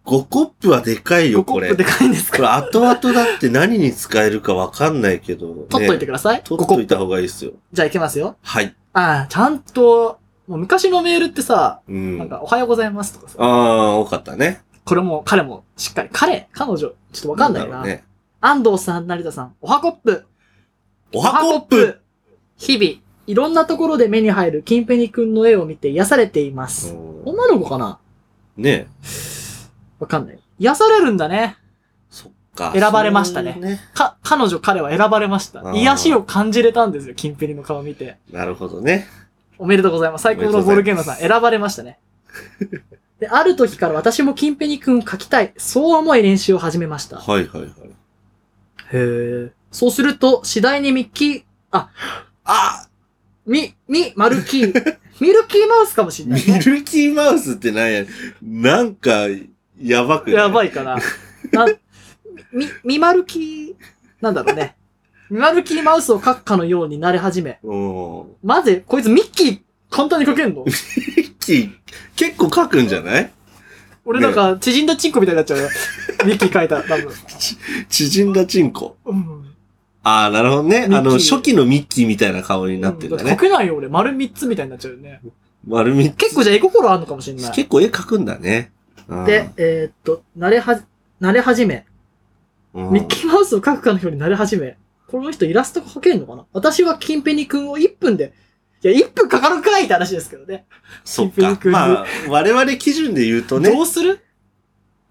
Speaker 1: 5コップはでかい
Speaker 2: 5
Speaker 1: よ、
Speaker 2: コ
Speaker 1: こ
Speaker 2: ッ
Speaker 1: れ。
Speaker 2: プで
Speaker 1: こ
Speaker 2: かいんです
Speaker 1: れ
Speaker 2: か
Speaker 1: 後々だって何に使えるかわかんないけど、ね。
Speaker 2: 取っといてください。5
Speaker 1: 取っ
Speaker 2: コ
Speaker 1: とい
Speaker 2: ッ
Speaker 1: た
Speaker 2: プ。
Speaker 1: 方がいいですよ。
Speaker 2: じゃあいきますよ。
Speaker 1: はい。
Speaker 2: ああ、ちゃんと、もう昔のメールってさ、
Speaker 1: う
Speaker 2: なん
Speaker 1: ん。あ
Speaker 2: か、おはようございますとかさ、
Speaker 1: あー、多かったね。
Speaker 2: これも、彼も、しっかり、彼、彼女、ちょっとわかんない
Speaker 1: だろ
Speaker 2: な。
Speaker 1: うね。
Speaker 2: 安藤さん、成田さん、おはコップ。
Speaker 1: おはコップ
Speaker 2: 日々、いろんなところで目に入るキンペニ君の絵を見て癒されていま
Speaker 1: う
Speaker 2: す。
Speaker 1: ん
Speaker 2: 女の子かな
Speaker 1: ね
Speaker 2: わかんない。癒されるんだね。
Speaker 1: そっか。
Speaker 2: 選ばれましたね
Speaker 1: そういうね。
Speaker 2: か、彼女彼は選ばれまし
Speaker 1: あ
Speaker 2: た。
Speaker 1: ー
Speaker 2: 癒しを感じれたんですよ、キンペニの顔見て。
Speaker 1: なるほどね。
Speaker 2: おめでとうございます。最高のボルケーノさん、選ばれました (laughs) ね。で、ある時から私もキンペニ君を描きたい。そう思い練習を始めました。
Speaker 1: はいはいはい。
Speaker 2: へえ。そうすると、次第にミッキー、
Speaker 1: あ
Speaker 2: ミ、ミ、マルキ (laughs) ー、ミルキーマウスかもしれな
Speaker 1: ミ
Speaker 2: い、ね。
Speaker 1: ルキーマウスってなんや。なんか、やばくない
Speaker 2: やば
Speaker 1: い。
Speaker 2: いかな。な、み、みまるき、なんだろう (laughs) ね。みまるきマウスを描くかのようになれ始め。
Speaker 1: うん。
Speaker 2: まぜ、こいつミッキー、簡単に描けんの
Speaker 1: ミッキー、結構書くんじゃない
Speaker 2: 俺なんか、縮んだチンコみたいになっちゃう
Speaker 1: (laughs)
Speaker 2: よ。ミッキー描いたら、多分。
Speaker 1: 縮んだチンコ。
Speaker 2: うん。
Speaker 1: ああ、なるほどね。
Speaker 2: ミッキー
Speaker 1: あの、初期のミッキーみたいな顔になってるんだ
Speaker 2: うんっ
Speaker 1: ね
Speaker 2: て。描けないよ、俺。丸3つみたいになっちゃうよね。
Speaker 1: 丸み。
Speaker 2: 結構じゃあ絵心あるのかもしれない。
Speaker 1: 結構絵描くんだね。うん
Speaker 2: で、、えーっと、慣れはじ、慣れ始め。ミ
Speaker 1: ミ
Speaker 2: ッキーマウスを描くかのようになれ始め、この人イラストが描けるのかな私はキンペニ君を1分で、いや、1分かかるかいって話ですけどね。
Speaker 1: そっ
Speaker 2: キ
Speaker 1: か
Speaker 2: ンピン。ク
Speaker 1: まあ、我々基準で言うとね
Speaker 2: ど、うする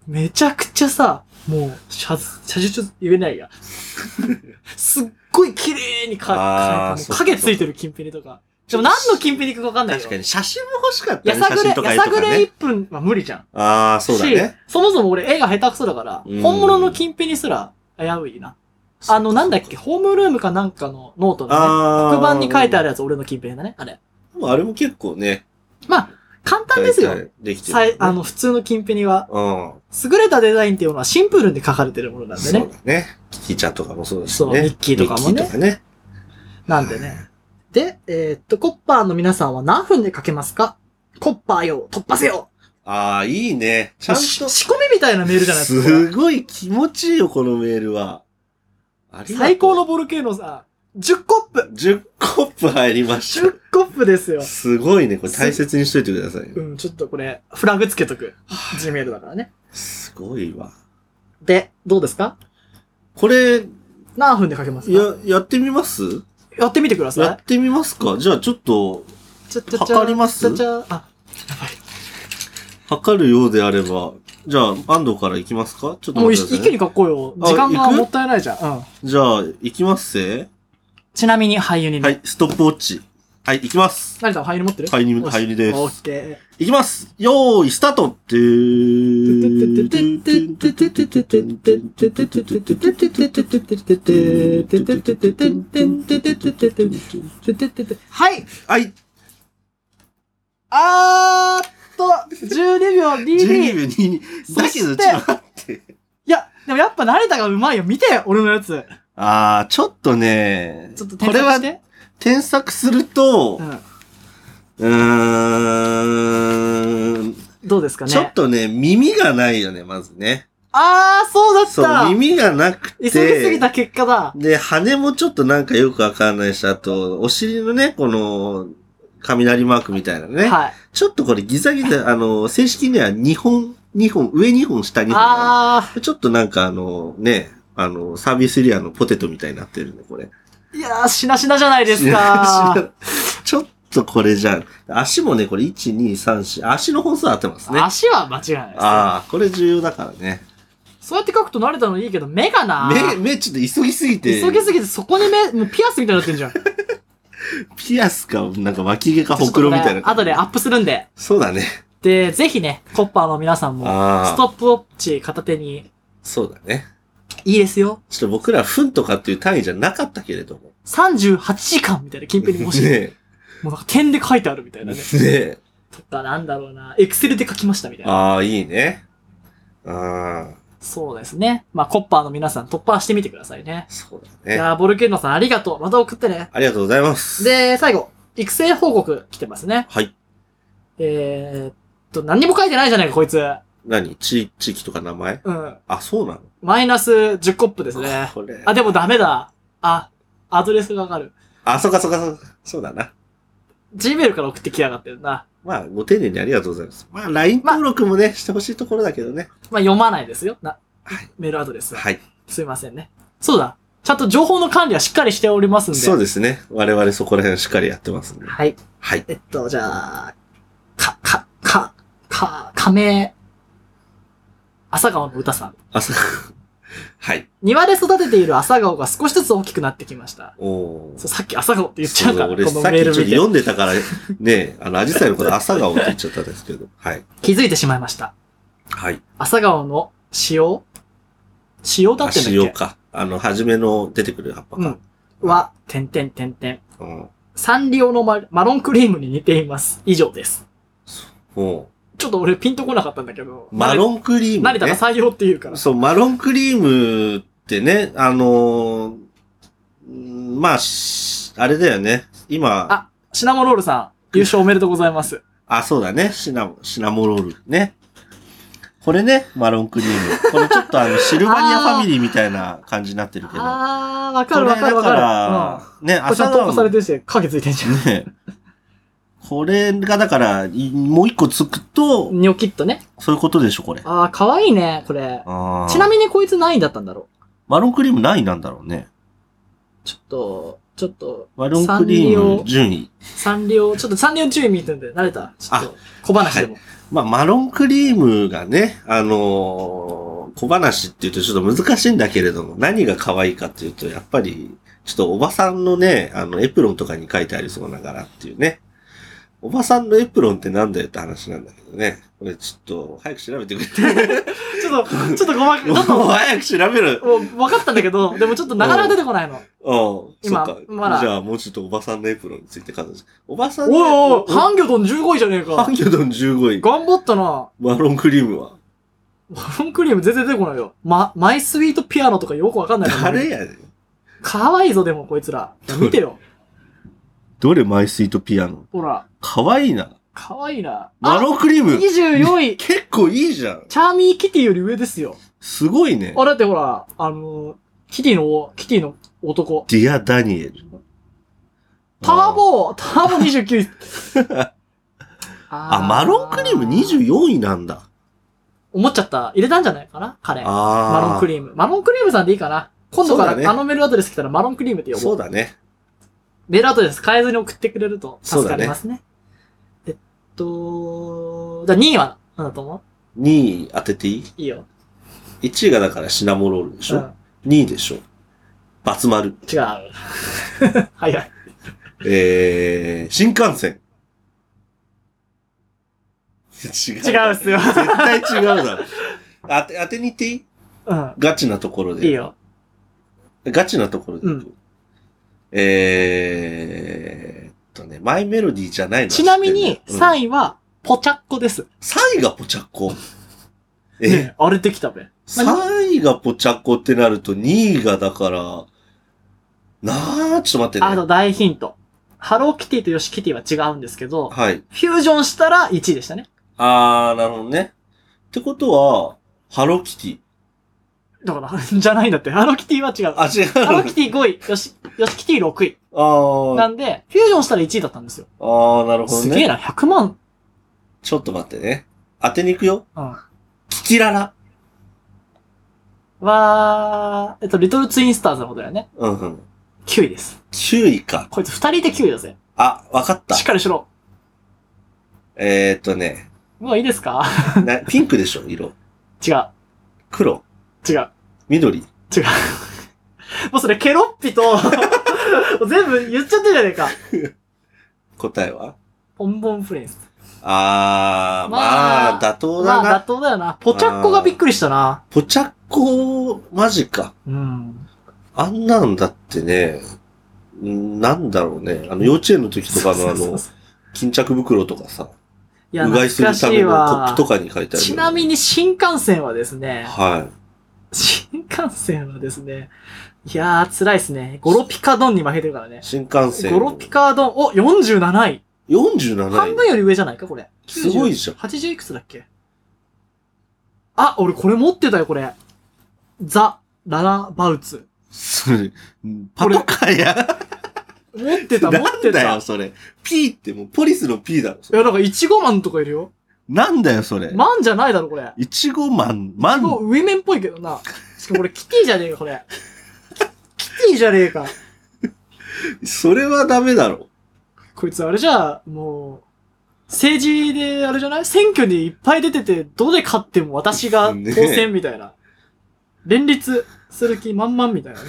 Speaker 2: めちゃくちゃさ、もう、写、写実言
Speaker 1: (laughs)
Speaker 2: えないや。すっごい綺麗
Speaker 1: あー
Speaker 2: にか、
Speaker 1: そっ
Speaker 2: か
Speaker 1: か
Speaker 2: 影ついてるキンペニとか。でも何のキンペニかわかんないよ。
Speaker 1: 確かに写真も欲しかった
Speaker 2: や
Speaker 1: ね。
Speaker 2: さ
Speaker 1: 写
Speaker 2: ぐれ、
Speaker 1: 真とか
Speaker 2: や
Speaker 1: 絵と
Speaker 2: さぐ
Speaker 1: か
Speaker 2: れ
Speaker 1: ね
Speaker 2: 1。分は無理じゃん。
Speaker 1: ああ、そうだ
Speaker 2: し
Speaker 1: ね。、
Speaker 2: そもそも俺絵が下手くそだから、
Speaker 1: うん
Speaker 2: 本物のキンペニすら危ういな。あの、なんだっけ、ホームルームかなんかのノートのね、
Speaker 1: ああ。
Speaker 2: 黒板に書いてあ
Speaker 1: る。
Speaker 2: るやつ俺の近辺だね、あれ。
Speaker 1: あれも結構ね、
Speaker 2: まあ、簡単ですよ。
Speaker 1: 大体できてる。
Speaker 2: さいあの、普通のキンペニは。
Speaker 1: うん。
Speaker 2: 優れたデザインっていうのはシンプルに書かれてるものなんで
Speaker 1: そう
Speaker 2: ね。
Speaker 1: だね。キキちゃんとかもそうです
Speaker 2: そう
Speaker 1: ね。
Speaker 2: ミッキーとかも
Speaker 1: ミ
Speaker 2: ね
Speaker 1: ッキーとかね。
Speaker 2: なんでね。で、えーっと、コッパーの皆さんは何分で書けますかコッパーよ、突破せよ
Speaker 1: ああ、いいね。ちゃんと。
Speaker 2: し仕込みみたいなメールじゃないですかこれ
Speaker 1: す。ごい気持ちいいよ、このメールは。ありがとう
Speaker 2: 最高のボルケーノさん、10コップ
Speaker 1: 10コップ入りまし
Speaker 2: !10 コップですよ
Speaker 1: た。。すごいね。これ大切にしといてくださいね。
Speaker 2: うん、ちょっとこれ、フラグつけとく。Gmail だからね。
Speaker 1: すごいわ。
Speaker 2: で、どうですか
Speaker 1: これ、や、
Speaker 2: 何分で書けますか
Speaker 1: やってみます
Speaker 2: やってみてくださ
Speaker 1: や
Speaker 2: い
Speaker 1: っ。てみますかじゃあちょっと、
Speaker 2: ちょちょちょ
Speaker 1: 測ります
Speaker 2: ちょちょあ、
Speaker 1: 測るようであれば、じゃあ安藤からいきますかちょっと
Speaker 2: もうい
Speaker 1: 待ってくださ
Speaker 2: 一
Speaker 1: い、
Speaker 2: 気
Speaker 1: ね。
Speaker 2: に書こうよ。
Speaker 1: あ
Speaker 2: 時間が
Speaker 1: 行く
Speaker 2: もったいないじゃん。うん。
Speaker 1: じゃあ、いきますせ
Speaker 2: ちなみに俳優に、
Speaker 1: は
Speaker 2: ね、
Speaker 1: い、ストップウォッチ。はい、いきます。
Speaker 2: 成田は俳優に持ってる
Speaker 1: はい、に、
Speaker 2: よし
Speaker 1: はい、にです。
Speaker 2: オッケー。
Speaker 1: いきますよーい、スタートってー
Speaker 2: はい。
Speaker 1: はい、
Speaker 2: あーっと、12秒
Speaker 1: 12
Speaker 2: 22。い
Speaker 1: 秒22。だけど、
Speaker 2: そして
Speaker 1: ちょっと待って。
Speaker 2: や、でもやっぱ成田がうまいよ。見てよ、俺のやつ。
Speaker 1: あー、ちょっとね、
Speaker 2: ちょっと
Speaker 1: これ
Speaker 2: 添
Speaker 1: は
Speaker 2: 削して。
Speaker 1: 添削すると、
Speaker 2: うん。
Speaker 1: うーん、
Speaker 2: どうですかね。
Speaker 1: ちょっとね、耳がないよね、まずね。
Speaker 2: あー、そうだっ
Speaker 1: そう、
Speaker 2: た。
Speaker 1: 耳がなくて。
Speaker 2: 急ぎすぎた結果だ。
Speaker 1: で、羽もちょっとなんかよくわかんないし、あと、お尻のね、この、雷マークみたいなね。
Speaker 2: はい。
Speaker 1: ちょっとこれギザギザ、あの、正式には2本、2本、上2本、下2本あ
Speaker 2: あ
Speaker 1: る。ちょっとなんかあの、ね、あの、サービスエリアのポテトみたいになってるね、これ。
Speaker 2: ー、いやー、しなしなじゃないですか。
Speaker 1: (laughs) ちょっとこれじゃあ、足もね、これ1、2、3、4、足の本数合ってますね。あ
Speaker 2: 足は間違いないです。
Speaker 1: あー、これ重要だからね。
Speaker 2: そうやって書くと慣れたのいいけど、目がな。
Speaker 1: 目、目ちょっと急ぎすぎて。
Speaker 2: 急ぎすぎて、そこに目、もうピアスみたいになってんじゃん。
Speaker 1: ピアスか、なんか脇毛かほくろみたいな
Speaker 2: (laughs) あとでアップするんで。
Speaker 1: そうだね。
Speaker 2: で、ぜひね、コッパーの皆さんも、
Speaker 1: ああ。
Speaker 2: ストップウォッチ片手に、
Speaker 1: そうだね。
Speaker 2: いいですよ。
Speaker 1: ちょっと僕ら分とかっていう単位じゃなかったけれども。
Speaker 2: 38時間みたいな近辺にもしい。
Speaker 1: ね
Speaker 2: もうなんか点で書いてあるみた
Speaker 1: え。
Speaker 2: いな
Speaker 1: ね
Speaker 2: ね。
Speaker 1: え。
Speaker 2: とか、なんだろうな。エクセルで書きましたみたいな。
Speaker 1: ああ、いいね。ああ、
Speaker 2: そうですね。まあ、コッパーの皆さん突破してみてくださいね。
Speaker 1: そう
Speaker 2: い
Speaker 1: だね。
Speaker 2: やーボルケーノさんありがとう。また送ってね。
Speaker 1: ありがとうございます。
Speaker 2: で、最後、育成報告来てますね。
Speaker 1: はい。
Speaker 2: えー、っと、何にも書いてないじゃないか、こいつ。
Speaker 1: 何地地域とか名前
Speaker 2: うん。
Speaker 1: あ、そうなの
Speaker 2: マイナス10コップですね。
Speaker 1: これ。
Speaker 2: あ、でもダメだ。あ、アドレスがわかる。
Speaker 1: あ、そうかそうかそうか。そうだな。
Speaker 2: Gmail から送ってきやがってるな。
Speaker 1: まあ、ご丁寧にありがとうございます。まあ、LINE 登録もね、してほしいところだけどね。
Speaker 2: まあ、読まないですよ。な、
Speaker 1: はい
Speaker 2: メールアドレスは。
Speaker 1: はい。
Speaker 2: すいませんね。そうだ。ちゃんと情報の管理はしっかりしておりますんで。
Speaker 1: そうですね。我々そこら辺しっかりやってますんで。
Speaker 2: はい。
Speaker 1: はい。
Speaker 2: えっと、じゃあ、か、か、か、か、仮名。朝顔の歌さん。
Speaker 1: あ、そう。はい。
Speaker 2: 庭で育てている朝顔が少しずつ大きくなってきました。
Speaker 1: おー
Speaker 2: そう、さっき朝顔って言っちゃうから、
Speaker 1: そう
Speaker 2: こ
Speaker 1: 俺
Speaker 2: の
Speaker 1: さっき
Speaker 2: メ
Speaker 1: ち
Speaker 2: ー
Speaker 1: ょ
Speaker 2: ル
Speaker 1: っと
Speaker 2: 見て。
Speaker 1: 読んでたから、ね、あの、アジサイのこと朝顔って言っちゃったんですけ
Speaker 2: (laughs)
Speaker 1: ど。はい。
Speaker 2: 気づいてしまいました。
Speaker 1: はい。
Speaker 2: 朝顔の塩塩だってんだっけ
Speaker 1: 塩か。あの、初めの出てくる葉っぱ
Speaker 2: う
Speaker 1: か
Speaker 2: ん。。は、てんてんてんてん。
Speaker 1: うん。
Speaker 2: サンリオのママロンクリームに似ています。以上です。
Speaker 1: も
Speaker 2: ちょっと俺ピンとこなかったんだけど。
Speaker 1: う、マロンク
Speaker 2: (laughs)
Speaker 1: リーム、
Speaker 2: 成
Speaker 1: ね。
Speaker 2: 田が採用って言うから。
Speaker 1: そう、マロンクリームってね、あのーんまあ、しあれだよね。今、
Speaker 2: あシナモロールさん、優勝おめでとうございます。
Speaker 1: あ、そうだね。シナモ、シナモロールね。これね、マロンクリーム。これちょっとあの、シルバニアファミリーみたいな感じになってるけど。
Speaker 2: あー、わ
Speaker 1: こ
Speaker 2: か
Speaker 1: れ
Speaker 2: るわかるわ
Speaker 1: だ
Speaker 2: かる。
Speaker 1: ら、ね、
Speaker 2: うん。これち
Speaker 1: 朝
Speaker 2: ゃんと投
Speaker 1: 顔
Speaker 2: 稿されてるし、影ついてんじゃ (laughs) ん。
Speaker 1: ね。これがだから、いもう一個つくと、
Speaker 2: ニョキッとね。
Speaker 1: そういうことでしょ、これ。
Speaker 2: あー、かわいいね、これ。ち
Speaker 1: ち
Speaker 2: な
Speaker 1: に。
Speaker 2: みにこいつ何位だったんだろ
Speaker 1: マロンクリーム何位なんだろうね。
Speaker 2: うちょっと、ちょっと、
Speaker 1: マロンクリーム
Speaker 2: サンリ
Speaker 1: 順位。
Speaker 2: サンリオ、ちょっとサンリオ注意見てるんで、慣れた。ちょっと、小話でも。
Speaker 1: まあ、マロンクリームがね、あのー小話っていうとちょっと難しいんだけれども、何が可愛いかっていうと、やっぱり、ちょっとおばさんのね、あの、エプロンとかに書いてありそうな柄っていうね。お
Speaker 2: (laughs)
Speaker 1: ばさんのエプロンってなんだよって話なんだけどね。これちょっと、早く調べてくれて。
Speaker 2: ちちょっと、ちょっとごまか、ち
Speaker 1: も
Speaker 2: ょ
Speaker 1: う
Speaker 2: っと、
Speaker 1: 早く調べる。
Speaker 2: もう分かったんだけ (laughs) ど、でもちょっとなかなか出てこないの。
Speaker 1: うん。そっ
Speaker 2: 今
Speaker 1: か。
Speaker 2: まだ
Speaker 1: じゃあ、もうちょっとおばさんのエプロンについて彼女。おばさん
Speaker 2: おいおい、
Speaker 1: ハ
Speaker 2: ハンギョドン15位じゃねえか。
Speaker 1: ンギョドン15位。
Speaker 2: 頑張ったな。
Speaker 1: マロンクリームは。
Speaker 2: マロンクリーム全然出てこないよ。ま、マイスイートピアノとかよくわかんないから。
Speaker 1: 誰やねん。
Speaker 2: かわいいぞ、でもこいつら。見てよ。
Speaker 1: どれマイスイートピアノ
Speaker 2: ほら、
Speaker 1: かわいいな。
Speaker 2: かわいいな。
Speaker 1: マロンクリーム
Speaker 2: 24位、
Speaker 1: 結構いいじゃん。
Speaker 2: チャーミーキティより上ですよ。
Speaker 1: すごいね。
Speaker 2: あ、だってほら、あの、キティの、キティの男。
Speaker 1: ディア・ダニエル。
Speaker 2: ターボターボ29位。
Speaker 1: あ
Speaker 2: あ
Speaker 1: (laughs) あ、マロンクリーム24位なんだ。
Speaker 2: 思っちゃった。入れたんじゃないかな彼。マ
Speaker 1: ああ。
Speaker 2: ロンク
Speaker 1: リ
Speaker 2: リーム。マロンクリームさんでいいかな今度か
Speaker 1: そうだね
Speaker 2: らあのメールアドレス来たらマロンクリームって呼ぼう。
Speaker 1: そうだね。
Speaker 2: メールアドレス変えずに送ってくれると助かりますね。えっと、じゃあ2位は何だと思
Speaker 1: 2位当てていいう
Speaker 2: いいよ。
Speaker 1: ?1 位がだからシナモロールでし
Speaker 2: う
Speaker 1: ょ、
Speaker 2: ん、
Speaker 1: ?2 位でしょバツ丸。
Speaker 2: 違う。はいはい。
Speaker 1: えー、新幹線。違う。
Speaker 2: 違う
Speaker 1: (laughs)
Speaker 2: っすよ
Speaker 1: 絶対違うだろ。当て、当てに行っていい
Speaker 2: うん。
Speaker 1: ガチなところで。
Speaker 2: いいよ。
Speaker 1: ガチなところで。
Speaker 2: うん
Speaker 1: えーっとね、マイメロディーじゃないの
Speaker 2: ちなみに
Speaker 1: 3位。
Speaker 2: 3位はポチャッコです。
Speaker 1: 3位がポチャッコ。え、
Speaker 2: ねえ、あれできたべ。
Speaker 1: 3位がポチャッコってなると2位がだから、なあ、ちょっと待って
Speaker 2: あ
Speaker 1: ね。
Speaker 2: の大ヒント。ハローキティとヨシキティは違うんですけど、
Speaker 1: はい。
Speaker 2: フュージョンしたら1位でしたね。
Speaker 1: あー、なるほどね。ってことは、ハローキティ。
Speaker 2: だから、じゃないんだって。ハローキティは違う。
Speaker 1: あ、違う
Speaker 2: ハロー
Speaker 1: の
Speaker 2: キティ5位、ヨシ、ヨシキティ6位。
Speaker 1: あ
Speaker 2: な
Speaker 1: ー、
Speaker 2: んで、フュージョンしたら1位だったんですよ。
Speaker 1: あー、なるほど
Speaker 2: すげえ
Speaker 1: ね。
Speaker 2: な、100万。
Speaker 1: ちょっと待ってね。当てに行くよ。
Speaker 2: うん。
Speaker 1: キキララ。
Speaker 2: は、えっと、リトルツインスターズのことだよね。
Speaker 1: うんうん。
Speaker 2: 9位です。
Speaker 1: 9位か。
Speaker 2: こいつ2人で9位だぜ。
Speaker 1: あ、わかった
Speaker 2: しっ。かりしろ。
Speaker 1: えーっとね、
Speaker 2: もういいですか
Speaker 1: なピンクでしょ、色。
Speaker 2: 違う。
Speaker 1: 黒、
Speaker 2: 違う。
Speaker 1: 緑。
Speaker 2: 違う。もうそれ、ケロッ (laughs) ピと、全部言っちゃってるじゃねえか。
Speaker 1: 答えは
Speaker 2: ボンボンプリンス。
Speaker 1: あー、まあ、
Speaker 2: まあ
Speaker 1: 妥当
Speaker 2: ま
Speaker 1: だ
Speaker 2: あ、
Speaker 1: な。
Speaker 2: 妥当だよな。ポチャッコがびっくりしたな。
Speaker 1: ポチャッコ、マジか。
Speaker 2: うん。
Speaker 1: あんなんだってね、んなんだろうね。あの、幼稚園の時とかのあ
Speaker 2: そうそう
Speaker 1: の
Speaker 2: そ、
Speaker 1: 巾着袋とかさ、
Speaker 2: (laughs) いうや、
Speaker 1: が
Speaker 2: 懐
Speaker 1: いする
Speaker 2: か
Speaker 1: た
Speaker 2: しい
Speaker 1: めのコッ
Speaker 2: わ
Speaker 1: プ。とかに書いてあるよね、
Speaker 2: ちなみに新幹線はですね、
Speaker 1: は
Speaker 2: 新幹線はですね、いやー、辛いですね。ゴロピカ丼に負けてるからね
Speaker 1: い。。新幹線。
Speaker 2: ゴロピカ丼、お、47位。半
Speaker 1: 47
Speaker 2: 分
Speaker 1: 位。
Speaker 2: より上じゃないか、これ。
Speaker 1: すごいじゃん
Speaker 2: 90 80いくつだっけあ、俺これ持ってたよ、これ。ザ・ララバウツ。
Speaker 1: それ、パトカーや。
Speaker 2: 持ってた、持
Speaker 1: な
Speaker 2: っ
Speaker 1: ん
Speaker 2: て
Speaker 1: だ
Speaker 2: た。
Speaker 1: よ、
Speaker 2: い
Speaker 1: それ。P ってもうポリスの P だろ。それ
Speaker 2: や、なんか、いちごマンとかいるよ。
Speaker 1: なんだよ、それ。
Speaker 2: マンじゃないだろ、これ。
Speaker 1: いちごマン、マ
Speaker 2: も
Speaker 1: ン。
Speaker 2: う上面っぽいけどな。しかもこれ、キティじゃねえか、これ。キキティじゃねえか。
Speaker 1: それはダメだろ。
Speaker 2: こいつ、あれじゃあ、もう、政治で、あれじゃない選挙にいっぱい出てて、どで勝っても私が当選みたいな。連立する気満々みたいなね。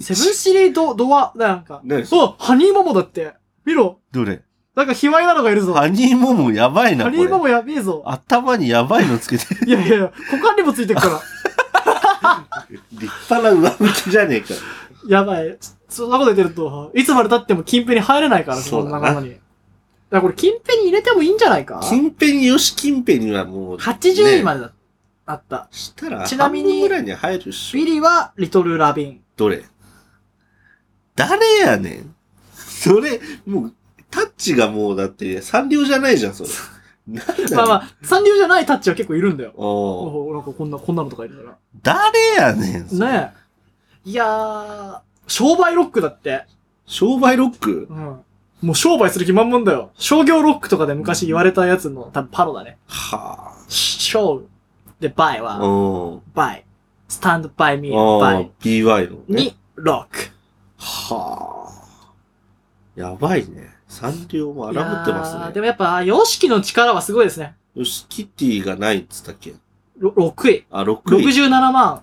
Speaker 2: セブンシリードドア、なんか。
Speaker 1: ね
Speaker 2: おハニーモモだって。見ろ。
Speaker 1: どれ
Speaker 2: なんか、卑猥なのがいるぞ。ハ
Speaker 1: ハニーモモやばいな、こ
Speaker 2: ニーモ
Speaker 1: れ。
Speaker 2: モやべえぞ。
Speaker 1: 頭にやばいのつけて。
Speaker 2: いやいやいや、股間にもついてるから。
Speaker 1: (laughs) 立派な上向きじゃねえか。
Speaker 2: やばい。そそんなこと言ってると、いつまで経っても近辺に入れないから、
Speaker 1: そ
Speaker 2: そう
Speaker 1: だ
Speaker 2: の
Speaker 1: な
Speaker 2: 仲間に。だからこれ近辺に入れてもいいんじゃないか
Speaker 1: 近辺に、よし近辺にはもう。
Speaker 2: ?80 位ま
Speaker 1: で。
Speaker 2: でだ、あった。
Speaker 1: したら、
Speaker 2: ちなみに
Speaker 1: 半分ぐらいに入るっし
Speaker 2: ビ
Speaker 1: ょ。
Speaker 2: リーはリトル・ラビン。
Speaker 1: どれ誰やねん。それ、もう、タッチがもうだって、サンリオじゃないじゃん、それ。なんだ
Speaker 2: まあま
Speaker 1: あ。
Speaker 2: あ、サンリオじゃないタッチは結構いるんだよ。
Speaker 1: おう
Speaker 2: おなんかこんな、こんなのとかいるか
Speaker 1: 誰やねん。それ
Speaker 2: ら。ねえ。いやー、商売ロックだって。
Speaker 1: 商売ロック
Speaker 2: うん。もう商売する気満々だよ。商業ロックとかで昔言われたやつの多分パロだね。
Speaker 1: は
Speaker 2: 商で、バイ
Speaker 1: あ。
Speaker 2: は、
Speaker 1: うん。
Speaker 2: バイ。スタンドバイミー、バ
Speaker 1: ああ
Speaker 2: イ。、
Speaker 1: BY のね。
Speaker 2: に、ロック。
Speaker 1: はあ。やばいね。サンリオも荒ぶって
Speaker 2: いや
Speaker 1: ま
Speaker 2: ー
Speaker 1: す
Speaker 2: で
Speaker 1: ね。
Speaker 2: もやっぱ、ヨシキの力はすごいですね。
Speaker 1: よし、キティがないっつったっけ
Speaker 2: ろ6位。
Speaker 1: あ、6位。
Speaker 2: 67万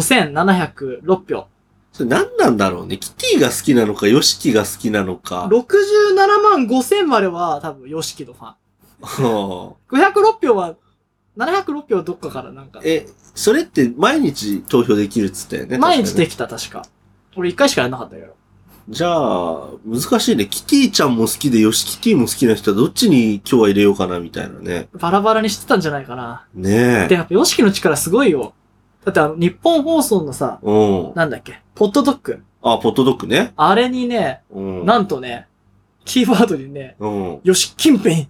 Speaker 2: 5706票。
Speaker 1: それ何なんだろうね。キティが好きなのか、ヨシキが好きなのか。
Speaker 2: 67万5000までは多分ヨシキのファン。
Speaker 1: はあ
Speaker 2: 506票は、 706票どっかからなんか、
Speaker 1: え、それって毎日投票できるっつったよね。
Speaker 2: 毎日
Speaker 1: 確かね
Speaker 2: できた確か。俺一回しかやんなかったけど。
Speaker 1: じゃあ、難しいね。キティちゃんも好きで、ヨシキティも好きな人はどっちに今日は入れようかな、みたいなね。
Speaker 2: バラバラにしてたんじゃないかな。
Speaker 1: ねえ。
Speaker 2: で、やっぱ YOSHIKI の力すごいよ。だってあの、日本放送のさ、
Speaker 1: うん。
Speaker 2: なんだっけ、ポットドッグ。
Speaker 1: あ、ポットドッグね。
Speaker 2: あれにね、
Speaker 1: うん。
Speaker 2: なんとね、キーワードにね、
Speaker 1: うん。
Speaker 2: ヨシキ
Speaker 1: (laughs)
Speaker 2: ンペイン。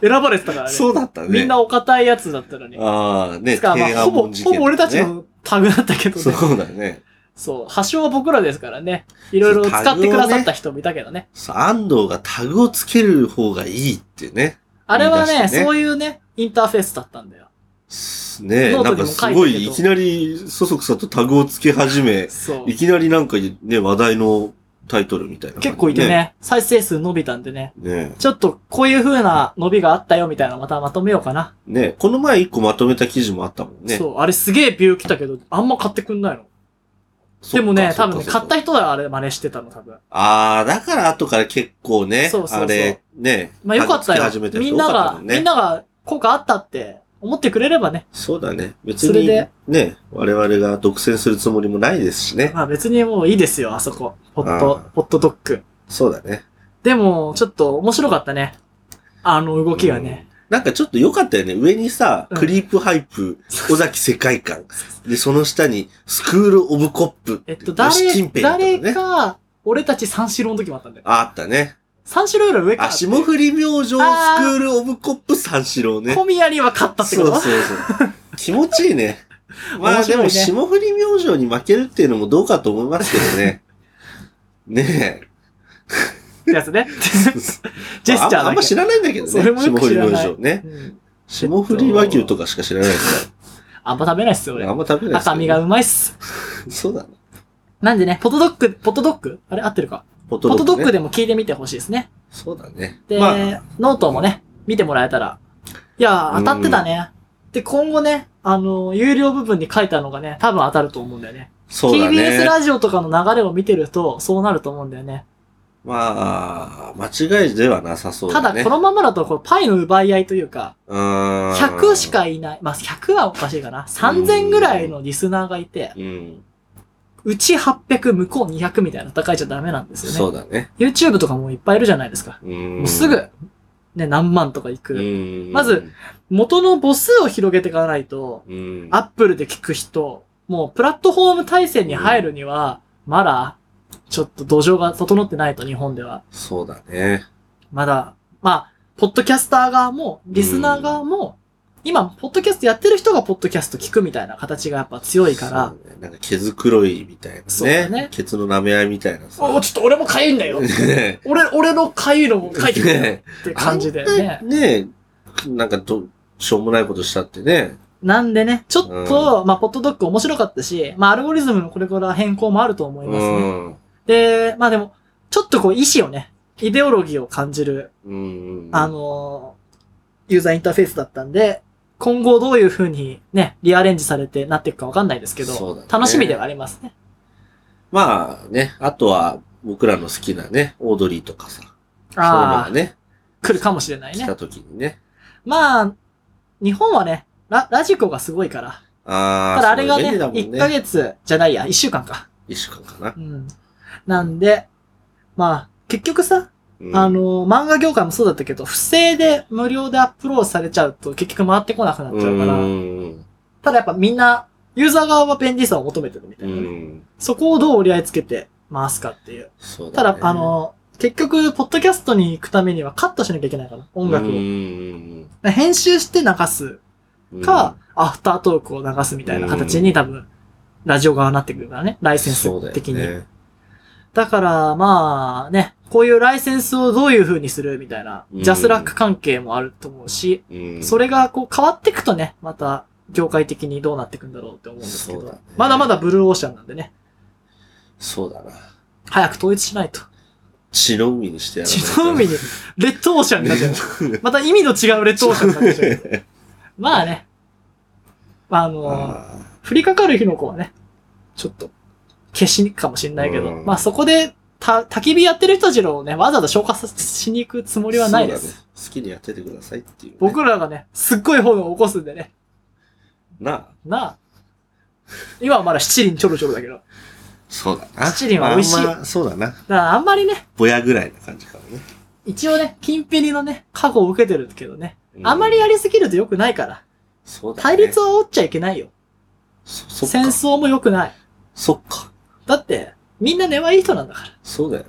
Speaker 2: 選ばれてたからね。
Speaker 1: そうだったね。
Speaker 2: みんなお堅いやつだったのに。
Speaker 1: ああ、ね、
Speaker 2: つか、ま
Speaker 1: 天
Speaker 2: あ、
Speaker 1: 安
Speaker 2: ほぼ、
Speaker 1: 門事件
Speaker 2: ほぼ俺たちのタグだったけど
Speaker 1: ね。
Speaker 2: ね。
Speaker 1: そうだね。
Speaker 2: そう。発祥は僕らですからね。いろいろ使ってくださった人もいたけどね。
Speaker 1: そう安藤がタグをつける方がいいってね。
Speaker 2: あれは
Speaker 1: 言い出
Speaker 2: ね
Speaker 1: してね
Speaker 2: そういうね、インターフェースだったんだよ。
Speaker 1: すねえ、
Speaker 2: ノー
Speaker 1: な
Speaker 2: ト
Speaker 1: ん
Speaker 2: に
Speaker 1: か
Speaker 2: も
Speaker 1: す
Speaker 2: 書いてるけど
Speaker 1: ごい、いきなり、そそくさとタグをつけ始め、
Speaker 2: そう
Speaker 1: い。きなりなんかね、話題のタイトルみたいな、
Speaker 2: 結構いてね。再生数伸びたんでね。
Speaker 1: ね。ね
Speaker 2: ちょっとこういう風な伸びがあったよみたいなのまたまとめようかな。
Speaker 1: え。ねえこの前一個まとめた記事もあったもんね。
Speaker 2: そう。あれすげえビュー来たけど、あんま買ってくんないの。
Speaker 1: そっ
Speaker 2: で
Speaker 1: か
Speaker 2: もね、
Speaker 1: そか
Speaker 2: 多分ね、
Speaker 1: そっか
Speaker 2: 買った人はあれ真似してたの、多分。
Speaker 1: ああ、だから後から結構ね、
Speaker 2: そうそうそう
Speaker 1: あれ、ねえ。
Speaker 2: まあよかっ
Speaker 1: タ
Speaker 2: た
Speaker 1: グ
Speaker 2: よ
Speaker 1: つけ始め。た
Speaker 2: み
Speaker 1: 人
Speaker 2: ん
Speaker 1: 多かっ
Speaker 2: な
Speaker 1: た
Speaker 2: が、
Speaker 1: もん
Speaker 2: みん
Speaker 1: ね。
Speaker 2: なが効果あったって思ってくれればね。
Speaker 1: そうだね。別
Speaker 2: それ
Speaker 1: に、
Speaker 2: で
Speaker 1: ねえ、我々が独占するつもりもないですしね。
Speaker 2: まあ別にもういいですよ、あそこ。ホッ
Speaker 1: あ
Speaker 2: ト
Speaker 1: ー、
Speaker 2: ホットドッグ。
Speaker 1: そうだね。
Speaker 2: でも、ちょっと面白かったね。あの動きがね。
Speaker 1: なんかちょっと良かったよね。上にさ、
Speaker 2: うん
Speaker 1: クリープハイプ、尾崎世界観。で、その下に、スクールオブコップ。
Speaker 2: えっと、
Speaker 1: ヨシキ
Speaker 2: 誰、
Speaker 1: ンペイとか
Speaker 2: 誰
Speaker 1: ね。
Speaker 2: か、俺たち三四郎の時もあったんだよ。
Speaker 1: ああったね。
Speaker 2: 三四郎より上か
Speaker 1: あ、
Speaker 2: ら。
Speaker 1: 霜降り明星、スク
Speaker 2: あー
Speaker 1: ールオブコップ三四郎ね。
Speaker 2: 小宮には勝ったって
Speaker 1: そ
Speaker 2: こ
Speaker 1: う
Speaker 2: と
Speaker 1: そうそう。
Speaker 2: (laughs)
Speaker 1: 気持ちいいね。まあ、
Speaker 2: 面
Speaker 1: で
Speaker 2: 白いね
Speaker 1: も、霜降り明星に負けるっていうのもどうかと思いますけど
Speaker 2: (laughs)
Speaker 1: ね。ねえ。
Speaker 2: ってやつ
Speaker 1: (laughs)
Speaker 2: ね。ジェスチャーだけ
Speaker 1: あんまあんま知らないんだけどね。
Speaker 2: それもよ
Speaker 1: 霜
Speaker 2: く
Speaker 1: 降
Speaker 2: 知
Speaker 1: り
Speaker 2: ら
Speaker 1: 明
Speaker 2: ない
Speaker 1: 星ね。
Speaker 2: うん
Speaker 1: 霜降り和牛とかしか知らないか
Speaker 2: あんま食べないっすよ、
Speaker 1: ら。あ
Speaker 2: 俺。
Speaker 1: んま食べないです
Speaker 2: 赤
Speaker 1: よね
Speaker 2: 身がうまいっす。
Speaker 1: そうだね。
Speaker 2: なんでね、ポトドッグ、ポトドッグあれ合ってるか
Speaker 1: ポ
Speaker 2: ポトドッ
Speaker 1: ね
Speaker 2: グでも聞いてみてほしいですね。
Speaker 1: そうだね。
Speaker 2: で、
Speaker 1: まあ、
Speaker 2: ノートもね、見てもらえたら。いやー、当たってたね。で、今後ね、あの、有料部分に書いたのがね、多分当たると思うんだよね。
Speaker 1: そうだ
Speaker 2: TBS
Speaker 1: ね。
Speaker 2: ラジオとかの流れを見てると、そうなると思うんだよね。
Speaker 1: まあ、間違いではなさそう
Speaker 2: た
Speaker 1: だ
Speaker 2: だ、
Speaker 1: ね。
Speaker 2: このままだと、これ、パイの奪い合いというか、
Speaker 1: うーん、
Speaker 2: 100し。かいない。まあ、100はおかしいかな。3000ぐらいのリスナーがいて、
Speaker 1: うん。
Speaker 2: うち800、向こう200みたいな戦いじゃダメなんです
Speaker 1: そ
Speaker 2: よね。
Speaker 1: うだね。
Speaker 2: YouTube とかもいっぱいいるじゃないですか。
Speaker 1: うん。
Speaker 2: もうすぐ、ね、何万とかいく。
Speaker 1: うん。
Speaker 2: まず、元の母数を広げていかないと、
Speaker 1: うん。
Speaker 2: アップルで聞く人、もうプラットフォーム体制に入るには、まだ、ちょっと土壌が整ってないと、日本では。
Speaker 1: そうだね。
Speaker 2: まだ、まあ、ポッドキャスター側も、リスナー側も、今、ポッドキャストやってる人がポッドキャスト聞くみたいな形がやっぱ強いから、
Speaker 1: そうだね。なんか、毛づくろいみたいなね。
Speaker 2: そうだね
Speaker 1: ケツの舐め合いみたいなさ。
Speaker 2: お、ちょっと俺もかゆいんだよ。
Speaker 1: (laughs) ね
Speaker 2: (laughs) 俺、俺のかゆいの (laughs) も書いてくれよって感じだよね
Speaker 1: あ。んなねなんかど、しょうもないことしたってね。
Speaker 2: なんでね、ちょっと、まあ、ポッドドッグ面白かったし、まあ、アルゴリズムのこれから変更もあると思いますね。
Speaker 1: うん。
Speaker 2: で、まあでも、ちょっとこう、意思をね、イデオロギーを感じる、
Speaker 1: うん。
Speaker 2: あ、のーユーザーインターフェースだったんで、今後どういう風にね、リアレンジされてなっていくかわかんないですけ
Speaker 1: そ
Speaker 2: ど、
Speaker 1: うだね
Speaker 2: 楽しみではありますね。
Speaker 1: まあね、あとは、僕らの好きなね、オードリーとかさ。そういうの
Speaker 2: あ
Speaker 1: が
Speaker 2: あ、
Speaker 1: ね、
Speaker 2: 来るかもしれない
Speaker 1: 来
Speaker 2: ね。
Speaker 1: た時にね。
Speaker 2: まあ、日本はね、ララジコがすごいから。
Speaker 1: あ
Speaker 2: た
Speaker 1: あ、
Speaker 2: だあれがね、
Speaker 1: そうだ便利
Speaker 2: 1
Speaker 1: だも
Speaker 2: ヶ
Speaker 1: んね。
Speaker 2: 月じゃないや、1週間か。
Speaker 1: 一週間かな
Speaker 2: う。ん。なんで、まあ、結局さ、
Speaker 1: うん
Speaker 2: あ、の、漫画業界もそうだったけど、不正で無料でアップロードされちゃうと結局回ってこなくなっちゃうから、
Speaker 1: うん。
Speaker 2: ただやっぱみんな、ユーザー側は便利さを求めてるみた
Speaker 1: う
Speaker 2: いなね、
Speaker 1: ん。
Speaker 2: そこをどう折り合いつけて回すかっていう。
Speaker 1: そう
Speaker 2: た
Speaker 1: だ、
Speaker 2: だ
Speaker 1: ね。、
Speaker 2: あ、の、結局、ポッドキャストに行くためにはカットしなきゃいけないから、音楽を。
Speaker 1: を。
Speaker 2: 編集して流す
Speaker 1: うん
Speaker 2: か、、アフタートークを流すみたいな形に多分、ラジオ側になってくるからね、ライセン
Speaker 1: そうだ
Speaker 2: ス
Speaker 1: よ
Speaker 2: 的に。
Speaker 1: ね。
Speaker 2: だから、まあね、こういうライセンスをどういう風にするみたいな、
Speaker 1: うん
Speaker 2: ジャスラック関係もあると思うし、
Speaker 1: うん。
Speaker 2: それがこう変わっていくとね、また業界的にどうなっていくんだろうって思うんですけど、
Speaker 1: そうだね
Speaker 2: まだまだブルーオーシャンなんでね、
Speaker 1: そうだな。
Speaker 2: 早く統一しないと。
Speaker 1: 血の海にしてやらない
Speaker 2: 血
Speaker 1: と
Speaker 2: の
Speaker 1: (laughs)
Speaker 2: 海に、レッドオーシャンになっちゃう。
Speaker 1: ね
Speaker 2: また意味の違うレッドオーシャンになっちゃう。まあね、まああの、
Speaker 1: (laughs) あ
Speaker 2: 降りかかる日の子はね、ちょっと、消しにくかもしれないけど、
Speaker 1: うん
Speaker 2: まあそこでた、焚き火やってる人たちのをね、わざわざ消化さしに行くつもりはないです。
Speaker 1: そうだね好きにやっててくださいっていうね、
Speaker 2: 僕らがね、すっごい炎を起こすんでね。
Speaker 1: なあ。
Speaker 2: なあ。今はまだ七輪ちょろちょろだけど。だか
Speaker 1: そうだな。
Speaker 2: 七輪は美味しい
Speaker 1: あんまそうだな。
Speaker 2: らあんまりね、
Speaker 1: ぼやぐらいな感じかもね。
Speaker 2: 一応ね、金ピリのね、過去を受けてるけどね。
Speaker 1: う
Speaker 2: あんまりやりすぎると良くないから。
Speaker 1: そうだ、ね。
Speaker 2: 対立
Speaker 1: を。
Speaker 2: を煽っちゃいけないよ。
Speaker 1: そ、そっ
Speaker 2: 戦
Speaker 1: か。
Speaker 2: 争も良くない。
Speaker 1: そっか。
Speaker 2: だって、みんな根はいい人なんだから。
Speaker 1: そうだよね。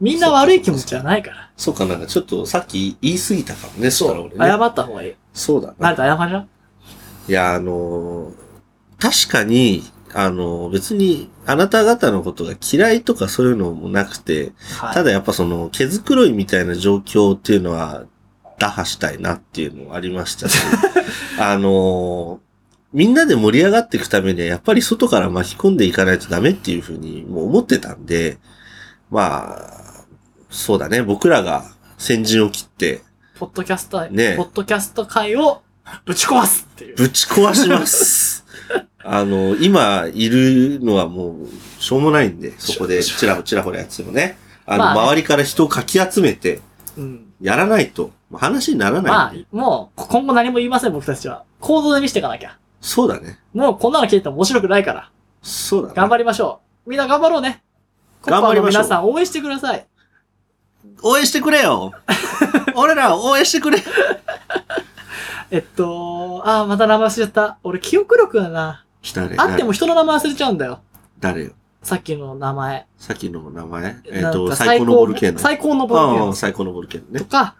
Speaker 2: みんな悪い気持ちはないから。
Speaker 1: そうか、なんかちょっとさっき言い過ぎたかもね、そしたら俺
Speaker 2: 謝
Speaker 1: ね。
Speaker 2: った方がいい。
Speaker 1: そうだ
Speaker 2: な
Speaker 1: な。
Speaker 2: ると謝りな。
Speaker 1: いや、あのー確かに、あのー別にあなた方のことが嫌いとかそういうのもなくて、
Speaker 2: はい。
Speaker 1: ただやっぱその、毛づくろいみたいな状況っていうのは、打破したいなっていうのはありま
Speaker 2: (laughs)
Speaker 1: したし、あのーみんなで盛り上がっていくためには、やっぱり外から巻き込んでいかないとダメっていうふうにもう思ってたんで、まあ、そうだね、僕らが先陣を切って、
Speaker 2: ポッドキャスト、
Speaker 1: ねえ
Speaker 2: ポッドキャスト会をぶち壊すっていう。
Speaker 1: ぶち壊し
Speaker 2: (laughs)
Speaker 1: ます。あの、今いるのはもう、しょうもないんで、そこで、ちらほちらほらやつもね。あの、
Speaker 2: まあね
Speaker 1: 周りから人をかき集めて、
Speaker 2: うん。
Speaker 1: やらないと、まあ話になら
Speaker 2: ま
Speaker 1: な
Speaker 2: あ
Speaker 1: いんで。、
Speaker 2: もう、今後何も言いません、僕たちは。行動で見せていかなきゃ。
Speaker 1: そうだね。
Speaker 2: もうこんなの聞いても面白くないから。
Speaker 1: そうだ
Speaker 2: 頑
Speaker 1: ね。
Speaker 2: 張りましょう。みんな頑張ろうね。コッ
Speaker 1: 頑
Speaker 2: パ
Speaker 1: 張
Speaker 2: ー
Speaker 1: り
Speaker 2: の
Speaker 1: ましょう
Speaker 2: 皆さん応援してください。
Speaker 1: 応援してくれ
Speaker 2: (laughs)
Speaker 1: よ俺らを応援してくれ
Speaker 2: えっと、あー、また名前忘れちゃった。俺記憶力だな。
Speaker 1: 誰
Speaker 2: あっても人の名前忘れちゃうんだよ。
Speaker 1: 誰よ
Speaker 2: さっきの名前。
Speaker 1: さっきの名前えっ、
Speaker 2: なん
Speaker 1: と、
Speaker 2: か
Speaker 1: 最高のボルケーノ。
Speaker 2: 最高のボルケー
Speaker 1: ああ
Speaker 2: ノ
Speaker 1: 最高のボルケーノ
Speaker 2: と
Speaker 1: ね。
Speaker 2: か、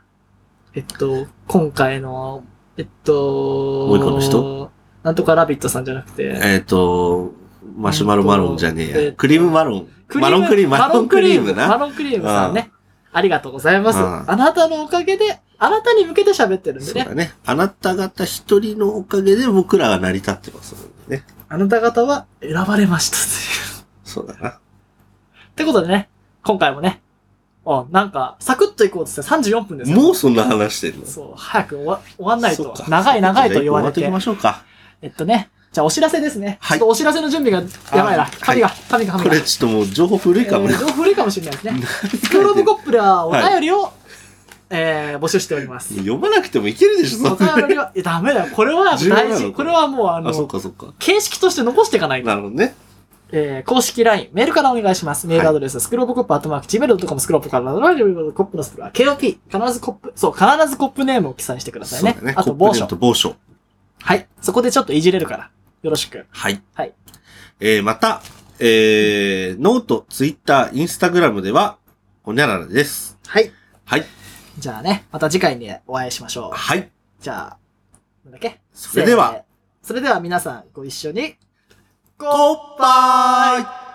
Speaker 2: えっと、今回の、えっと、
Speaker 1: もう一個の人
Speaker 2: なんとかラビットさんじゃなくて、
Speaker 1: えっ、と、マシュマロマロンじゃねえ
Speaker 2: えっ
Speaker 1: や。
Speaker 2: と
Speaker 1: クリームマロン。
Speaker 2: ク
Speaker 1: マロンクリーム、マロンクリームな。
Speaker 2: マロンクリームさんね。ありがとうございます。
Speaker 1: あ
Speaker 2: あ
Speaker 1: あ
Speaker 2: なたのおかげで、あなたに向けて喋ってるん
Speaker 1: そ
Speaker 2: で
Speaker 1: う
Speaker 2: ね。
Speaker 1: だね。あなた方一人のおかげで僕らは成り立ってますもんね。
Speaker 2: あなた方は選ばれましたという。
Speaker 1: そうだな。
Speaker 2: ってことでね、今回もね、あ、なんか、サクッといこうとして34分ですよ。
Speaker 1: もうそんな話してんの
Speaker 2: そう、早く終わ終わんない
Speaker 1: そ
Speaker 2: と
Speaker 1: っか。
Speaker 2: 長い長いと言われ
Speaker 1: じゃあ一個終わ
Speaker 2: て
Speaker 1: っていき。ましょうか。
Speaker 2: えっとね、じゃあお知らせですね。
Speaker 1: はい
Speaker 2: ちょっとお知らせの準備がやばい
Speaker 1: あ
Speaker 2: な。神が、
Speaker 1: は
Speaker 2: 神が、神
Speaker 1: こ
Speaker 2: が。
Speaker 1: れちょっともう情報古いかも
Speaker 2: え
Speaker 1: ね
Speaker 2: ー。情報古いかもしれないですね。スクローブコップではお便りを、えー募集しております。
Speaker 1: 読まなくてもいけるでしょ、
Speaker 2: お
Speaker 1: そんな
Speaker 2: 便りは、いやダメだよ。これは
Speaker 1: 重要なの
Speaker 2: 大事。これはもうあ
Speaker 1: あ、そっ
Speaker 2: の、
Speaker 1: かそっか。
Speaker 2: 形式として残していかないと。
Speaker 1: なるほどね。
Speaker 2: えー公式 LINE、メールからお願いします。メールアドレス、はスクローブコップ、アットマーク、ジメルドコム、スクローブから、ラジオコップのスプラ、KOP、必ずコップ、そう、必ずコップネームを記載してくださいね。
Speaker 1: そうだね。
Speaker 2: あ
Speaker 1: コ
Speaker 2: と、
Speaker 1: ッ
Speaker 2: 某
Speaker 1: プネーム
Speaker 2: 所。
Speaker 1: と某所。
Speaker 2: はい。そこでちょっといじれるから。よろしく。
Speaker 1: はい。
Speaker 2: はい。
Speaker 1: えー、また、えー、ノート、ツイッター、インスタグラムでは、ほにゃららです。
Speaker 2: はい。
Speaker 1: はい。
Speaker 2: じゃあね、また次回にお会いしましょう。
Speaker 1: はい。
Speaker 2: じゃあ、なんだっけ
Speaker 1: それでは、
Speaker 2: せーのそれでは皆さんご一緒に、
Speaker 1: コッパーイ